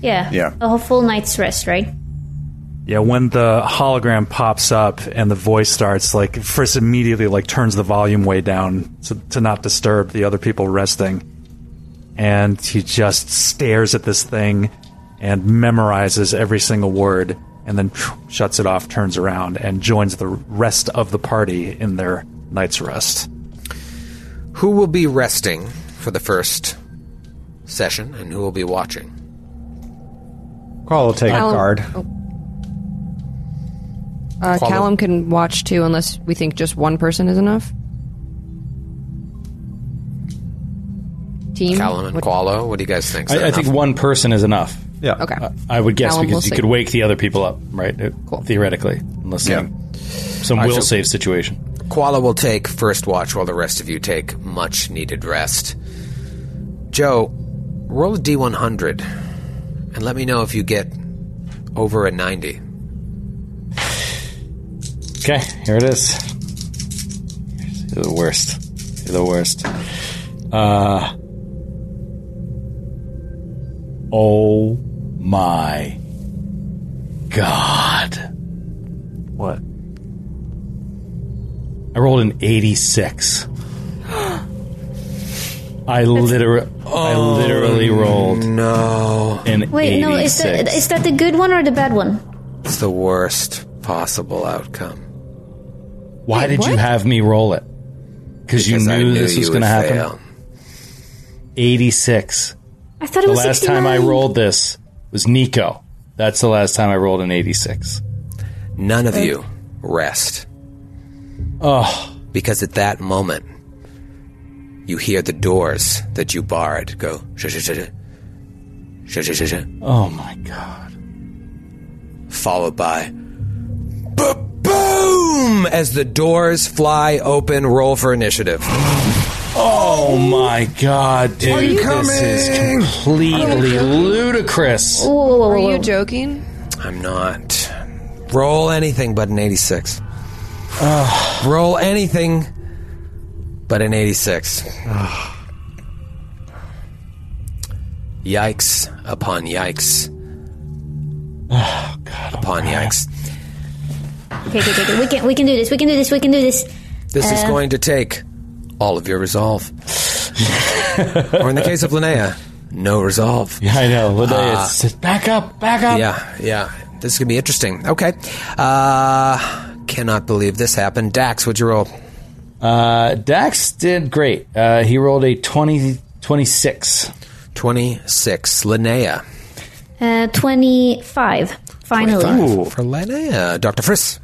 Yeah,
Yeah.
a whole full night's rest, right?
Yeah, when the hologram pops up and the voice starts, like Frisk immediately like turns the volume way down to, to not disturb the other people resting, and he just stares at this thing and memorizes every single word, and then shuts it off, turns around, and joins the rest of the party in their night's rest.
Who will be resting for the first session and who will be watching?
Carl will take
I'll-
a guard.
oh. Uh,
Follow-
Callum can watch too, unless we think just one person is enough. Team.
Callum and Qualo, what do you guys think?
I, I think one Uh, person is enough.
Yeah.
Okay.
I would guess
Callum,
because
we'll
you
see.
could wake the other people up, right? It- Theoretically, unless
Yeah.
some, some
All right,
will
so-
save situation.
Koala will take first watch while the rest of you take much needed rest. Joe, roll a D100 and let me know if you get over a 90.
Okay, here it is. You're the worst. You're the worst. Uh, oh my god.
What?
I rolled an 86. I literally, I literally rolled
Oh, no
an
Wait, no, is that
86.
is that the good one or the bad one?
It's the worst possible outcome.
Why
Wait,
did you
what?
have me roll it? Because you
Because I
knew,
knew
this
you
was going to
would
happen.
fail.
86.
I thought it
the
was
last time I
69.
rolled this was Nico. That's the last time I rolled an 86.
None
Uh,
of you rest.
Oh.
Because at that moment, you hear the doors that you barred go. "Shh, shh, shh, shh." Shh, shh, shh, shh.
Oh my god.
followed by boom as the doors fly open. Roll for initiative.
Oh my god,
Are
dude.
you
This
coming?
is completely ludicrous.
Are you joking?
I'm not. Roll anything but an 86. Roll anything but an 86. yikes upon yikes.
Oh,
upon yikes.
Okay, okay, okay, okay. We can we can do this. We can do this. We can do this.
This is
Uh,
going to take all of your resolve. or in the case of Linnea, no resolve.
Yeah, I know. Linnea,
Uh,
sit back up, back
Um,
up.
Yeah, yeah. This is going to be interesting. Okay. Uh, cannot believe this happened. Dax, what'd you roll?
Uh, Dax did great. Uh, he rolled a 20, 26.
26. Linnea.
Uh, twenty five. Finally.
For Linnea. Dr. Friss.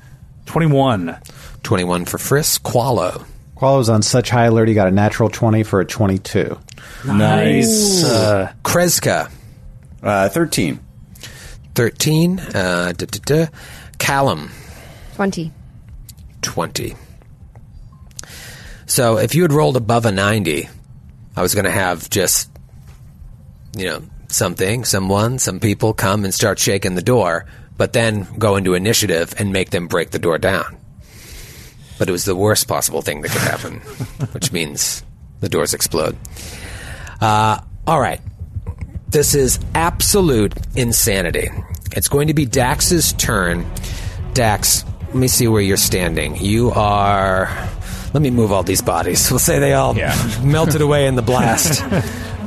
21.
21 for Friss. Qualo.
Qualo's on such high alert, he got a natural 20 for a 22.
Nice. Uh,
Kreska.
Uh, 13.
13. Uh, duh, duh, duh. Callum.
20.
20. So if you had rolled above a 90, I was going to have just, you know, something, someone, some people come and start shaking the door, but then go into initiative and make them break the door down. But it was the worst possible thing that could happen, which means the doors explode. Uh, all right. This is absolute insanity. It's going to be Dax's turn. Dax, let me see where you're standing. You are. Let me move all these bodies. We'll say they all melted away in the blast.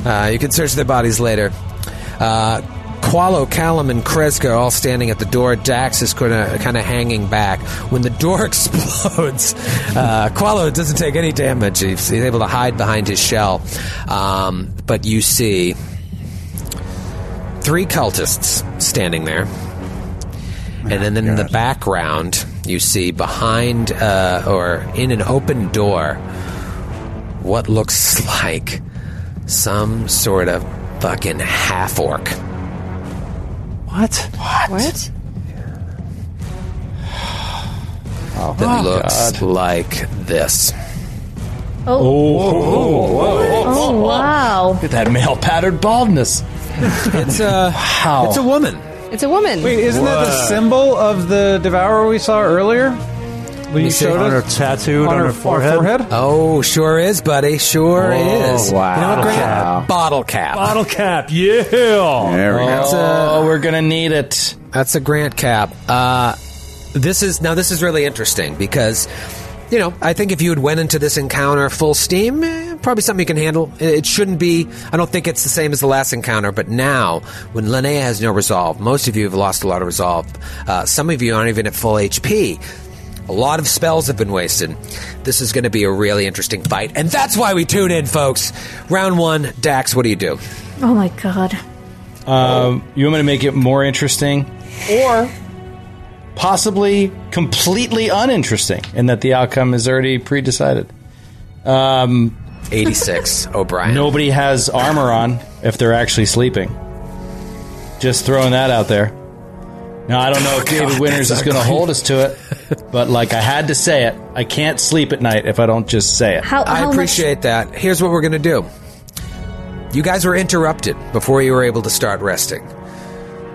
uh, you can search their bodies later. Uh, Qualo, Callum, and Kreska all standing at the door. Dax is kind of kind of hanging back. When the door explodes, uh, Qualo doesn't take any damage. He's, he's able to hide behind his shell. Um, but you see three cultists standing
Oh
there. And then in the background, you see behind uh, or in an open door what looks like some sort of fucking half orc.
What?
What? What?
Oh, that looks like this.
Oh, Oh, wow.
Look at that male patterned baldness.
it's a
how?
It's a woman.
It's a woman.
Wait, isn't that the symbol of the devourer we saw earlier? When you showed
on her
us
tattooed on, her, forehead. Oh,
Oh, sure is, buddy. Sure
Oh,
is.
wow.
You know what, Grant?
Wow.
Bottle cap.
Bottle cap, yeah. There
oh, we're gonna need it.
That's a Grant cap. Uh, this is now. This is really interesting because, you know, I think if you had went into this encounter full steam, eh, probably something you can handle. It it shouldn't be. I don't think it's the same as the last encounter. But now, when Linnea has no resolve, most of you have lost a lot of resolve. Uh, some of you aren't even at full HP. A lot of spells have been wasted. This is going to be a really interesting fight, and that's why we tune in, folks. Round one, Dax. What do you do?
Oh my god.
Um, you want me to make it more interesting, or possibly completely uninteresting, and that the outcome is already pre-decided? Um,
Eighty-six, O'Brien.
Nobody has armor on if they're actually sleeping. Just throwing that out there. Now I don't know if David Winters is going to hold us to it, but like I had to say it, I can't sleep at night if I don't just say it.
How, how
I appreciate that. Here's what we're going to do. You guys were interrupted before you were able to start resting.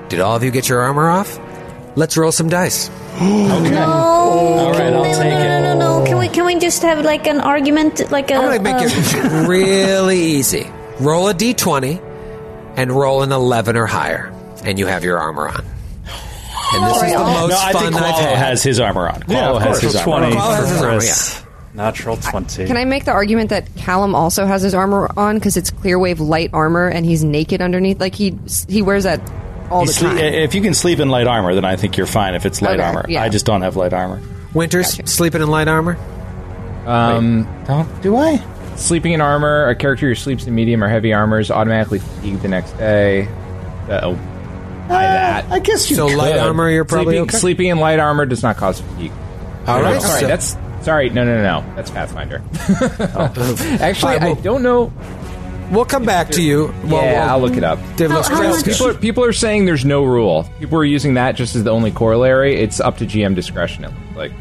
Did all of you get your armor off? Let's roll some dice.
much? No. All
right, I'll take
No,
it.
no, no. Can we can we just have like an argument, like a?
I'm going to make
um,
it really easy. Roll a d20 and roll an 11 or higher, and you have your armor on. And this is the most
no, I
fun
think
I've
Qualo
had.
has his armor on. Qualo
Yeah, of
has
course.
his armor.
Twenty.
on.
Qualo has his armor,
Chris. Natural twenty.
Can I make the argument that Callum also has his armor on because it's clear wave light armor and he's naked underneath? Like he he wears that all
You
the
sleep-
time.
if you can sleep in light armor, then I think you're fine. If it's light
Okay,
armor,
yeah.
I just don't have light armor.
Winters, sleeping in light armor?
Um,
don't, do I?
Sleeping in armor, a character who sleeps in medium or heavy armor is automatically fatigued the next day. Uh, oh, by
Uh,
that.
I guess you
So
could.
light armor, you're probably
sleeping,
okay?
sleeping in light armor does not cause fatigue.
All right,
sorry,
so-
that's sorry. No, no, no, no. that's Pathfinder.
All
Actually,
right, well-
I don't know.
We'll come back to you. Well,
yeah,
well,
Oh, I'll look it up.
Dave, let's
How- how much-
press go.
People are, people are saying there's no rule. People are using that just as the only corollary. It's up to GM discretion. It looks like,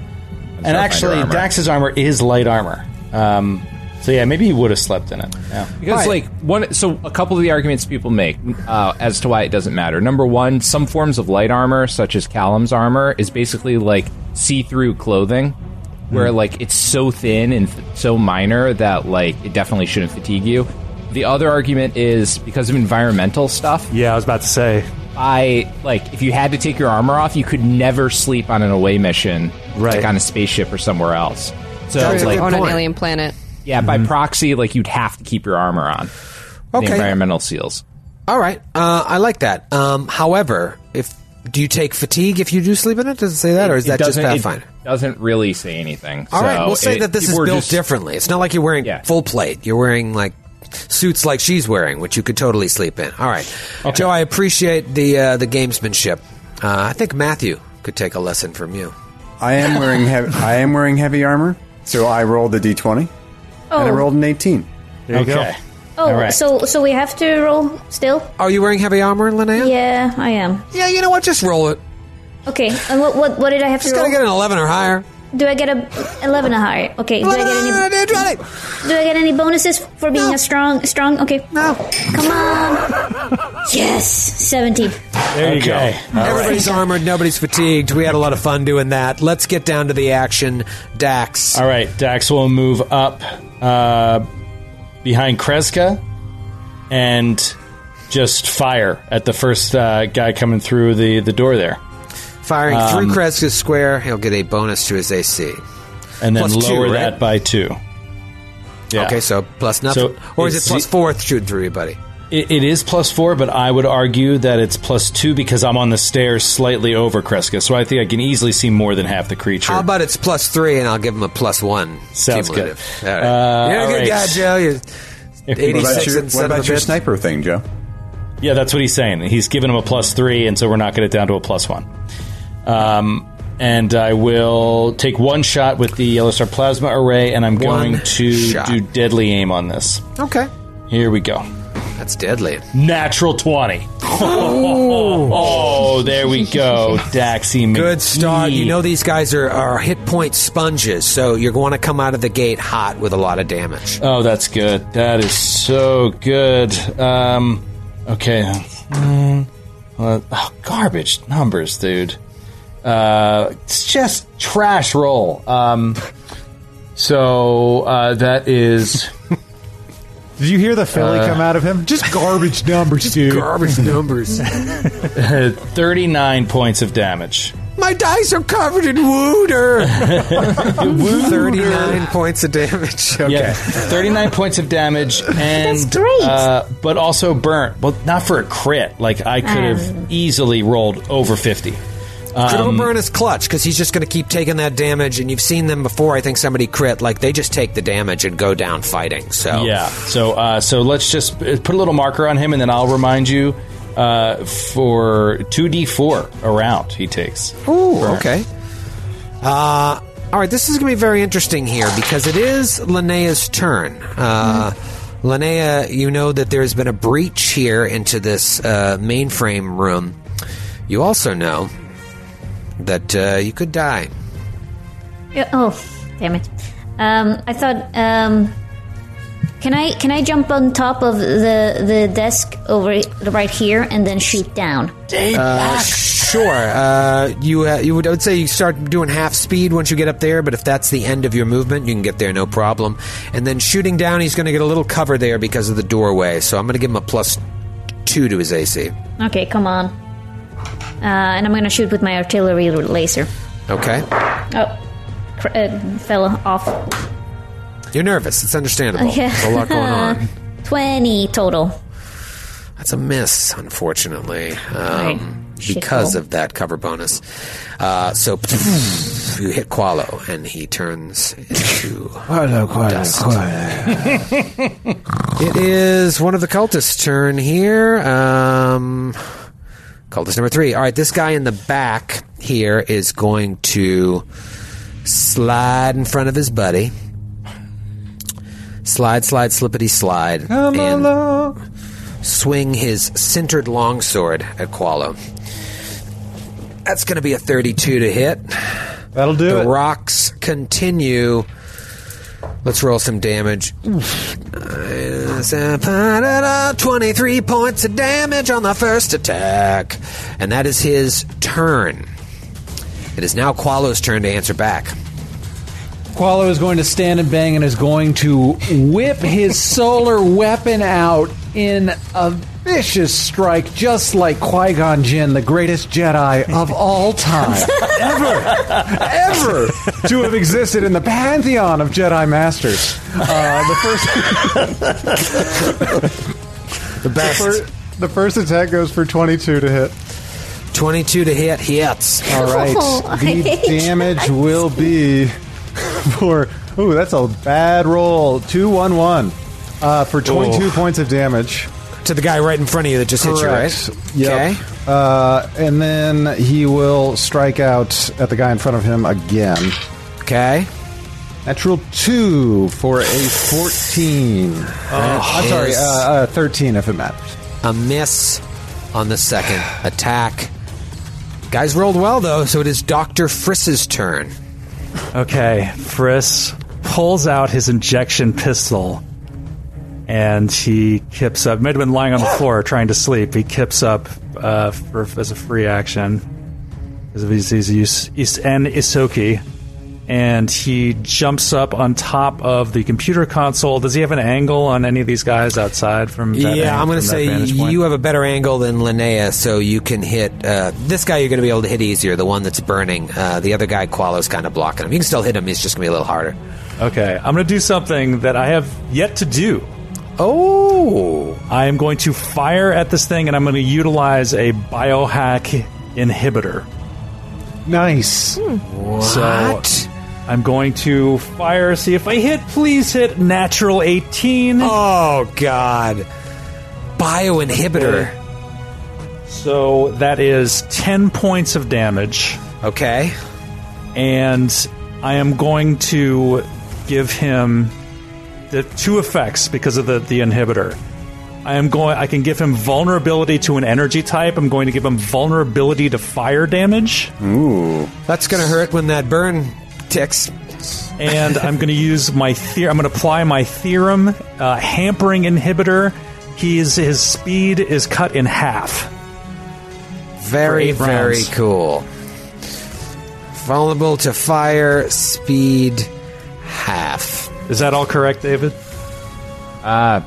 And actually, Dax's armor is light armor. Um, so yeah, maybe he would have slept in it. Yeah.
Because like one, so a couple of the arguments people make uh, as to why it doesn't matter. Number one, some forms of light armor, such as Callum's armor, is basically like see-through clothing, where like it's so thin and th- so minor that like it definitely shouldn't fatigue you. The other argument is because of environmental stuff.
Yeah, I was about to say.
I like if you had to take your armor off, you could never sleep on an away mission,
Right.
like on a spaceship or somewhere else. So
Or
like,
on an alien planet.
yeah, by proxy, like you'd have to keep your armor on.
Mm-hmm. Okay.
The environmental seals.
All right, uh, I like that. Um, however, if do you take fatigue if you do sleep in it? Does it say that, or is that just
doesn't-
Pathfinder?
It doesn't really say anything.
All
so
right, we'll say
it-
that this is
people are
built
just-
differently. It's not like you're wearing
Yeah.
full plate. You're wearing like suits like she's wearing, which you could totally sleep in. All right, Joe, I appreciate the uh, the gamesmanship. Uh, I think Matthew could take a lesson from you.
I am wearing heavy. I am wearing heavy armor, so I rolled a d20 and I
Oh.
rolled an 18.
There you
Okay.
Oh,
All right.
so so we have to roll still?
Are Oh, you wearing heavy armor, Linnea?
Yeah, I am.
Yeah, you know what? Just roll it.
Okay, and what what, what did I have
Just
to
gotta
roll?
get an eleven or higher.
do I get a eleven or higher? Okay, do I get
I
any
did try it.
do I get any bonuses for being a strong strong? Okay,
No.
come on. Yes, seventeen.
There you go.
Everybody's armored. Nobody's fatigued. We had a lot of fun doing that. Let's get down to the action. Dax.
All right, Dax will move up uh, behind Kreska and just fire at the first uh, guy coming through the, the door there, Um,
Firing through Kreska's square, he'll get a bonus to his AC.
and then
Plus two,
lower
right?
that by two. Yeah.
Okay, so plus nothing.
So
or is it
it's
plus
ze-
four shooting through your buddy?
It, it is plus four, but I would argue that it's plus two because I'm on the stairs slightly over Kreska, so I think I can easily see more than half the creature.
How about it's plus three, and I'll give him a plus one.
Sounds
cumulative.
good.
All right.
Uh,
You're a
all
good
right.
guy, Joe. You're
What about
86
your-
and
what
son of
about
a
your
bitch.
sniper?
Paper thing, Joe.
Yeah, that's what he's saying. He's given him a plus three, and so we're knocking it down to a plus one. Um, and I will take one shot with the yellow star plasma array, and I'm
One
going to
shot.
do deadly aim on this.
Okay.
Here we go.
That's deadly.
Natural 20.
Oh.
Oh, there we go. Daxi
Good start. You know these guys are, are hit point sponges, so you're going to come out of the gate hot with a lot of damage.
Oh, that's good. That is so good. Um, okay. Mm, well, oh, garbage numbers, dude. Uh, it's just trash roll. Um, so uh, that is.
Did you hear the Philly
Uh,
come out of him? Just garbage numbers, dude. Garbage numbers.
39 points of damage.
My dice are covered in wooder. 39 points of damage. Okay.
Yeah, 39 points of damage, and great. Uh, but also burnt. Well, not for a crit. Like I could
Ah.
Um.
have easily rolled over 50.
Don't
Um,
burn his clutch because he's just going to keep taking that damage. And you've seen them before. I think somebody crit. Like they just take the damage and go down fighting. So
Yeah. So uh, so let's just uh, put a little marker on him, and then I'll remind you uh, for two d four a round he takes.
Ooh, okay. Uh, all right, this is going to be very interesting here because it is Linnea's turn. Uh, Linnea, you know that there's been a breach here into this uh, mainframe room. You also know that uh, you could die.
Yeah, Oh, damn it! Um, I thought. Um, can I can I jump on top of the the desk over right here and then shoot down?
ah.
Uh, sure. Uh, you uh, you would I would say you start doing half speed once you get up there, but if that's the end of your movement, you can get there no problem. And then shooting down, he's going to get a little cover there because of the doorway. So I'm going to give him a plus two to his AC.
Okay, come on. Uh, and I'm gonna shoot with my artillery laser.
Okay.
Oh, cr- uh, fell off.
You're nervous. It's understandable.
Okay.
There's a lot going on.
Twenty total.
That's a miss, unfortunately, um,
Right.
because
Shithole.
of that cover bonus. Uh, so you hit Qualo, and he turns into
Qualo, Qualo,
dust.
Qualo.
It is one of the cultists' turn here. Um, cultist number three. All right, this guy in the back here is going to slide in front of his buddy. Slide, slide, slippity slide.
Come
and
along.
swing his centered longsword at Qualo. That's going to be a 32 to hit.
That'll do
the
it.
rocks continue. Let's roll some damage. Twenty-three points of damage on the first attack, and that is his turn. It is now Qualo's turn to answer back.
Qualo is going to stand and bang and is going to whip his solar weapon out in a vicious strike, just like Qui Gon Jinn, the greatest Jedi of all time, ever, ever to have existed in the pantheon of Jedi masters. Uh, the first,
the best.
The first, attack goes for twenty-two to hit.
Twenty-two to hit. Hits.
All right.
Oh, I
the
hate
damage will be for. Ooh, that's a bad roll. Two one one uh, for twenty-two
Ooh.
points of damage
to the guy right in front of you that just hit you, right?
Yep.
Okay.
Uh, and then he will strike out at the guy in front of him again.
Okay.
Natural two for a fourteen.
Oh,
I'm sorry,
yes.
uh, uh, thirteen if it matters.
A miss on the second attack. Guys rolled well though, so it is Doctor Friss's turn.
Okay, Friss pulls out his injection pistol and he kips up. Might have been lying on the floor trying to sleep. He kips up uh, for, as a free action because of his, his use is an Isoki. And he jumps up on top of the computer console. Does he have an angle on any of these guys outside from? That
yeah,
ang-
I'm going to
from that
say
vantage point?
you have a better angle than Linnea, so you can hit uh, this guy. You're going to be able to hit easier. The one that's burning, uh, the other guy Qualo's kind of blocking him. You can still hit him. He's just going to be a little harder.
Okay, I'm going to do something that I have yet to do. Oh. I am going to fire at this thing and I'm going to utilize a biohack inhibitor. Hmm.
Nice.
So I'm going to fire, see if I hit. Please hit natural 18.
Oh, God. Bioinhibitor.
So that is 10 points of damage.
Okay.
And I am going to give him the two effects because of the, the inhibitor. I am going I can give him vulnerability to an energy type. I'm going to give him vulnerability to fire damage.
Ooh.
That's going to hurt when that burn ticks.
and I'm going to use my theorem. I'm going to apply my theorem, uh, hampering inhibitor. He's his speed is cut in half.
Very,
For eight
very
rounds.
cool. Vulnerable to fire, speed, half.
Is that all correct, David?
Uh,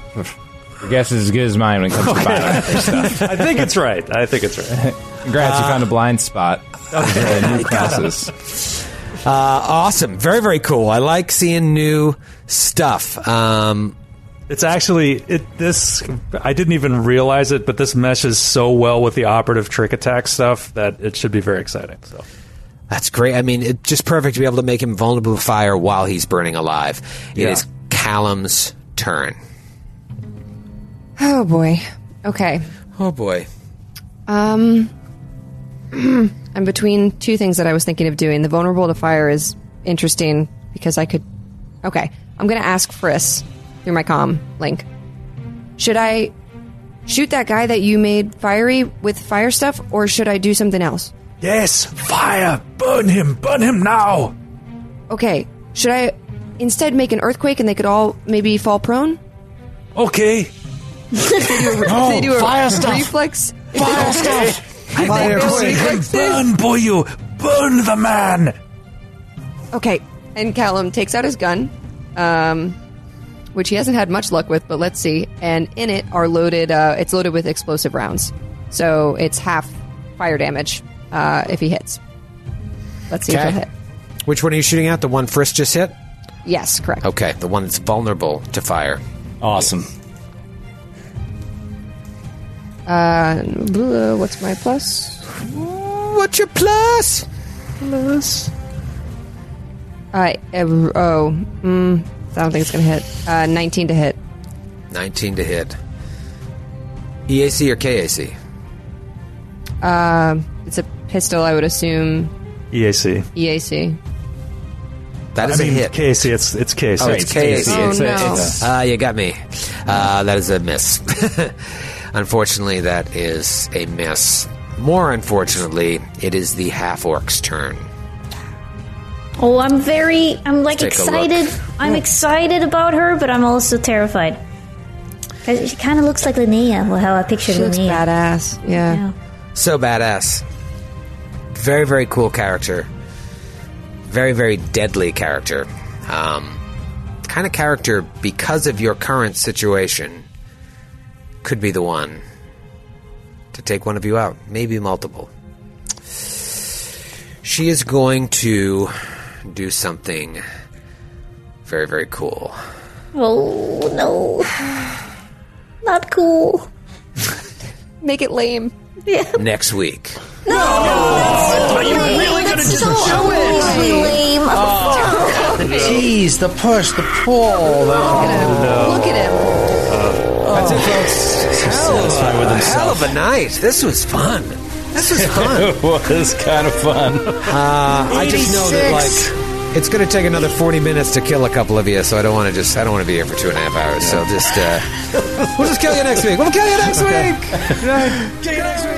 your guess is as good as mine when it comes to biohacking stuff.
I think it's right. I think it's right.
Congrats, you found a blind spot. Uh, new classes.
Uh, awesome. Very, very cool. I like seeing new stuff. Um,
It's actually it. This I didn't even realize it, but this meshes so well with the operative trick attack stuff that it should be very exciting. So
That's great. I mean, it's just perfect to be able to make him vulnerable to fire while he's burning alive. It is
Yeah.
Callum's turn.
Oh boy. Okay.
Oh boy.
Um, I'm between two things that I was thinking of doing. The vulnerable to fire is interesting because I could. Okay, I'm gonna ask Friss through my comm link. Should I shoot that guy that you made fiery with fire stuff, or should I do something else?
Yes, fire! Burn him! Burn him now!
Okay, should I instead make an earthquake and they could all maybe fall prone?
Okay.
If they do a, if they do a reflex. if they- if they do a reflex save-
Burn, boy, you! Burn the man!
Okay, and Callum takes out his gun, um, which he hasn't had much luck with, but let's see. And in it are loaded. Uh, it's loaded with explosive rounds, so it's half fire damage uh, if he hits. Let's see if
Okay.
he'll hit.
Which one are you shooting at? The one Frisk just hit?
Yes, correct.
Okay, the one that's vulnerable to fire.
Awesome.
Uh, bleh, what's my plus?
What's your plus?
Plus. Uh, eh, oh, mm, I don't think it's gonna hit. Uh, Nineteen to hit.
19 to hit. EAC or KAC?
Uh, it's a pistol, I would assume. E
EAC.
EAC.
That is
I mean,
a hit.
KC, it's it's KC.
Oh, it's KAC.
Oh,
It's-
no.
it's- uh, you got me. Uh, that is a miss. unfortunately, that is a miss. More unfortunately, it is the half orc's turn.
Oh, I'm very, I'm like
Let's take a
excited. I'm excited about her, but I'm also terrified. 'Cause she kind of looks like Linnea, well, how I pictured
She looks
Linnea.
badass, yeah.
So badass. Very, very cool character. Very, very deadly character. Um, the kind of character, because of your current situation, could be the one to take one of you out, maybe multiple. She is going to do something very, very cool.
Oh, no. Not cool.
Make it lame.
Yeah.
Next week.
No! Are you really going to just show it? lame.
Oh.
Jeez, the push, the pull. Look at him.
Look at him.
That's it, folks.
Oh. satisfied with
hell of a night. This was fun. This was fun.
it was kind of fun.
Uh, I just know that like it's going to take another forty minutes to kill a couple of you, so I don't want to just I don't want to be here for two and a half hours. So just uh, we'll just kill you next week. We'll kill you next
Okay.
week.
Kill you next week!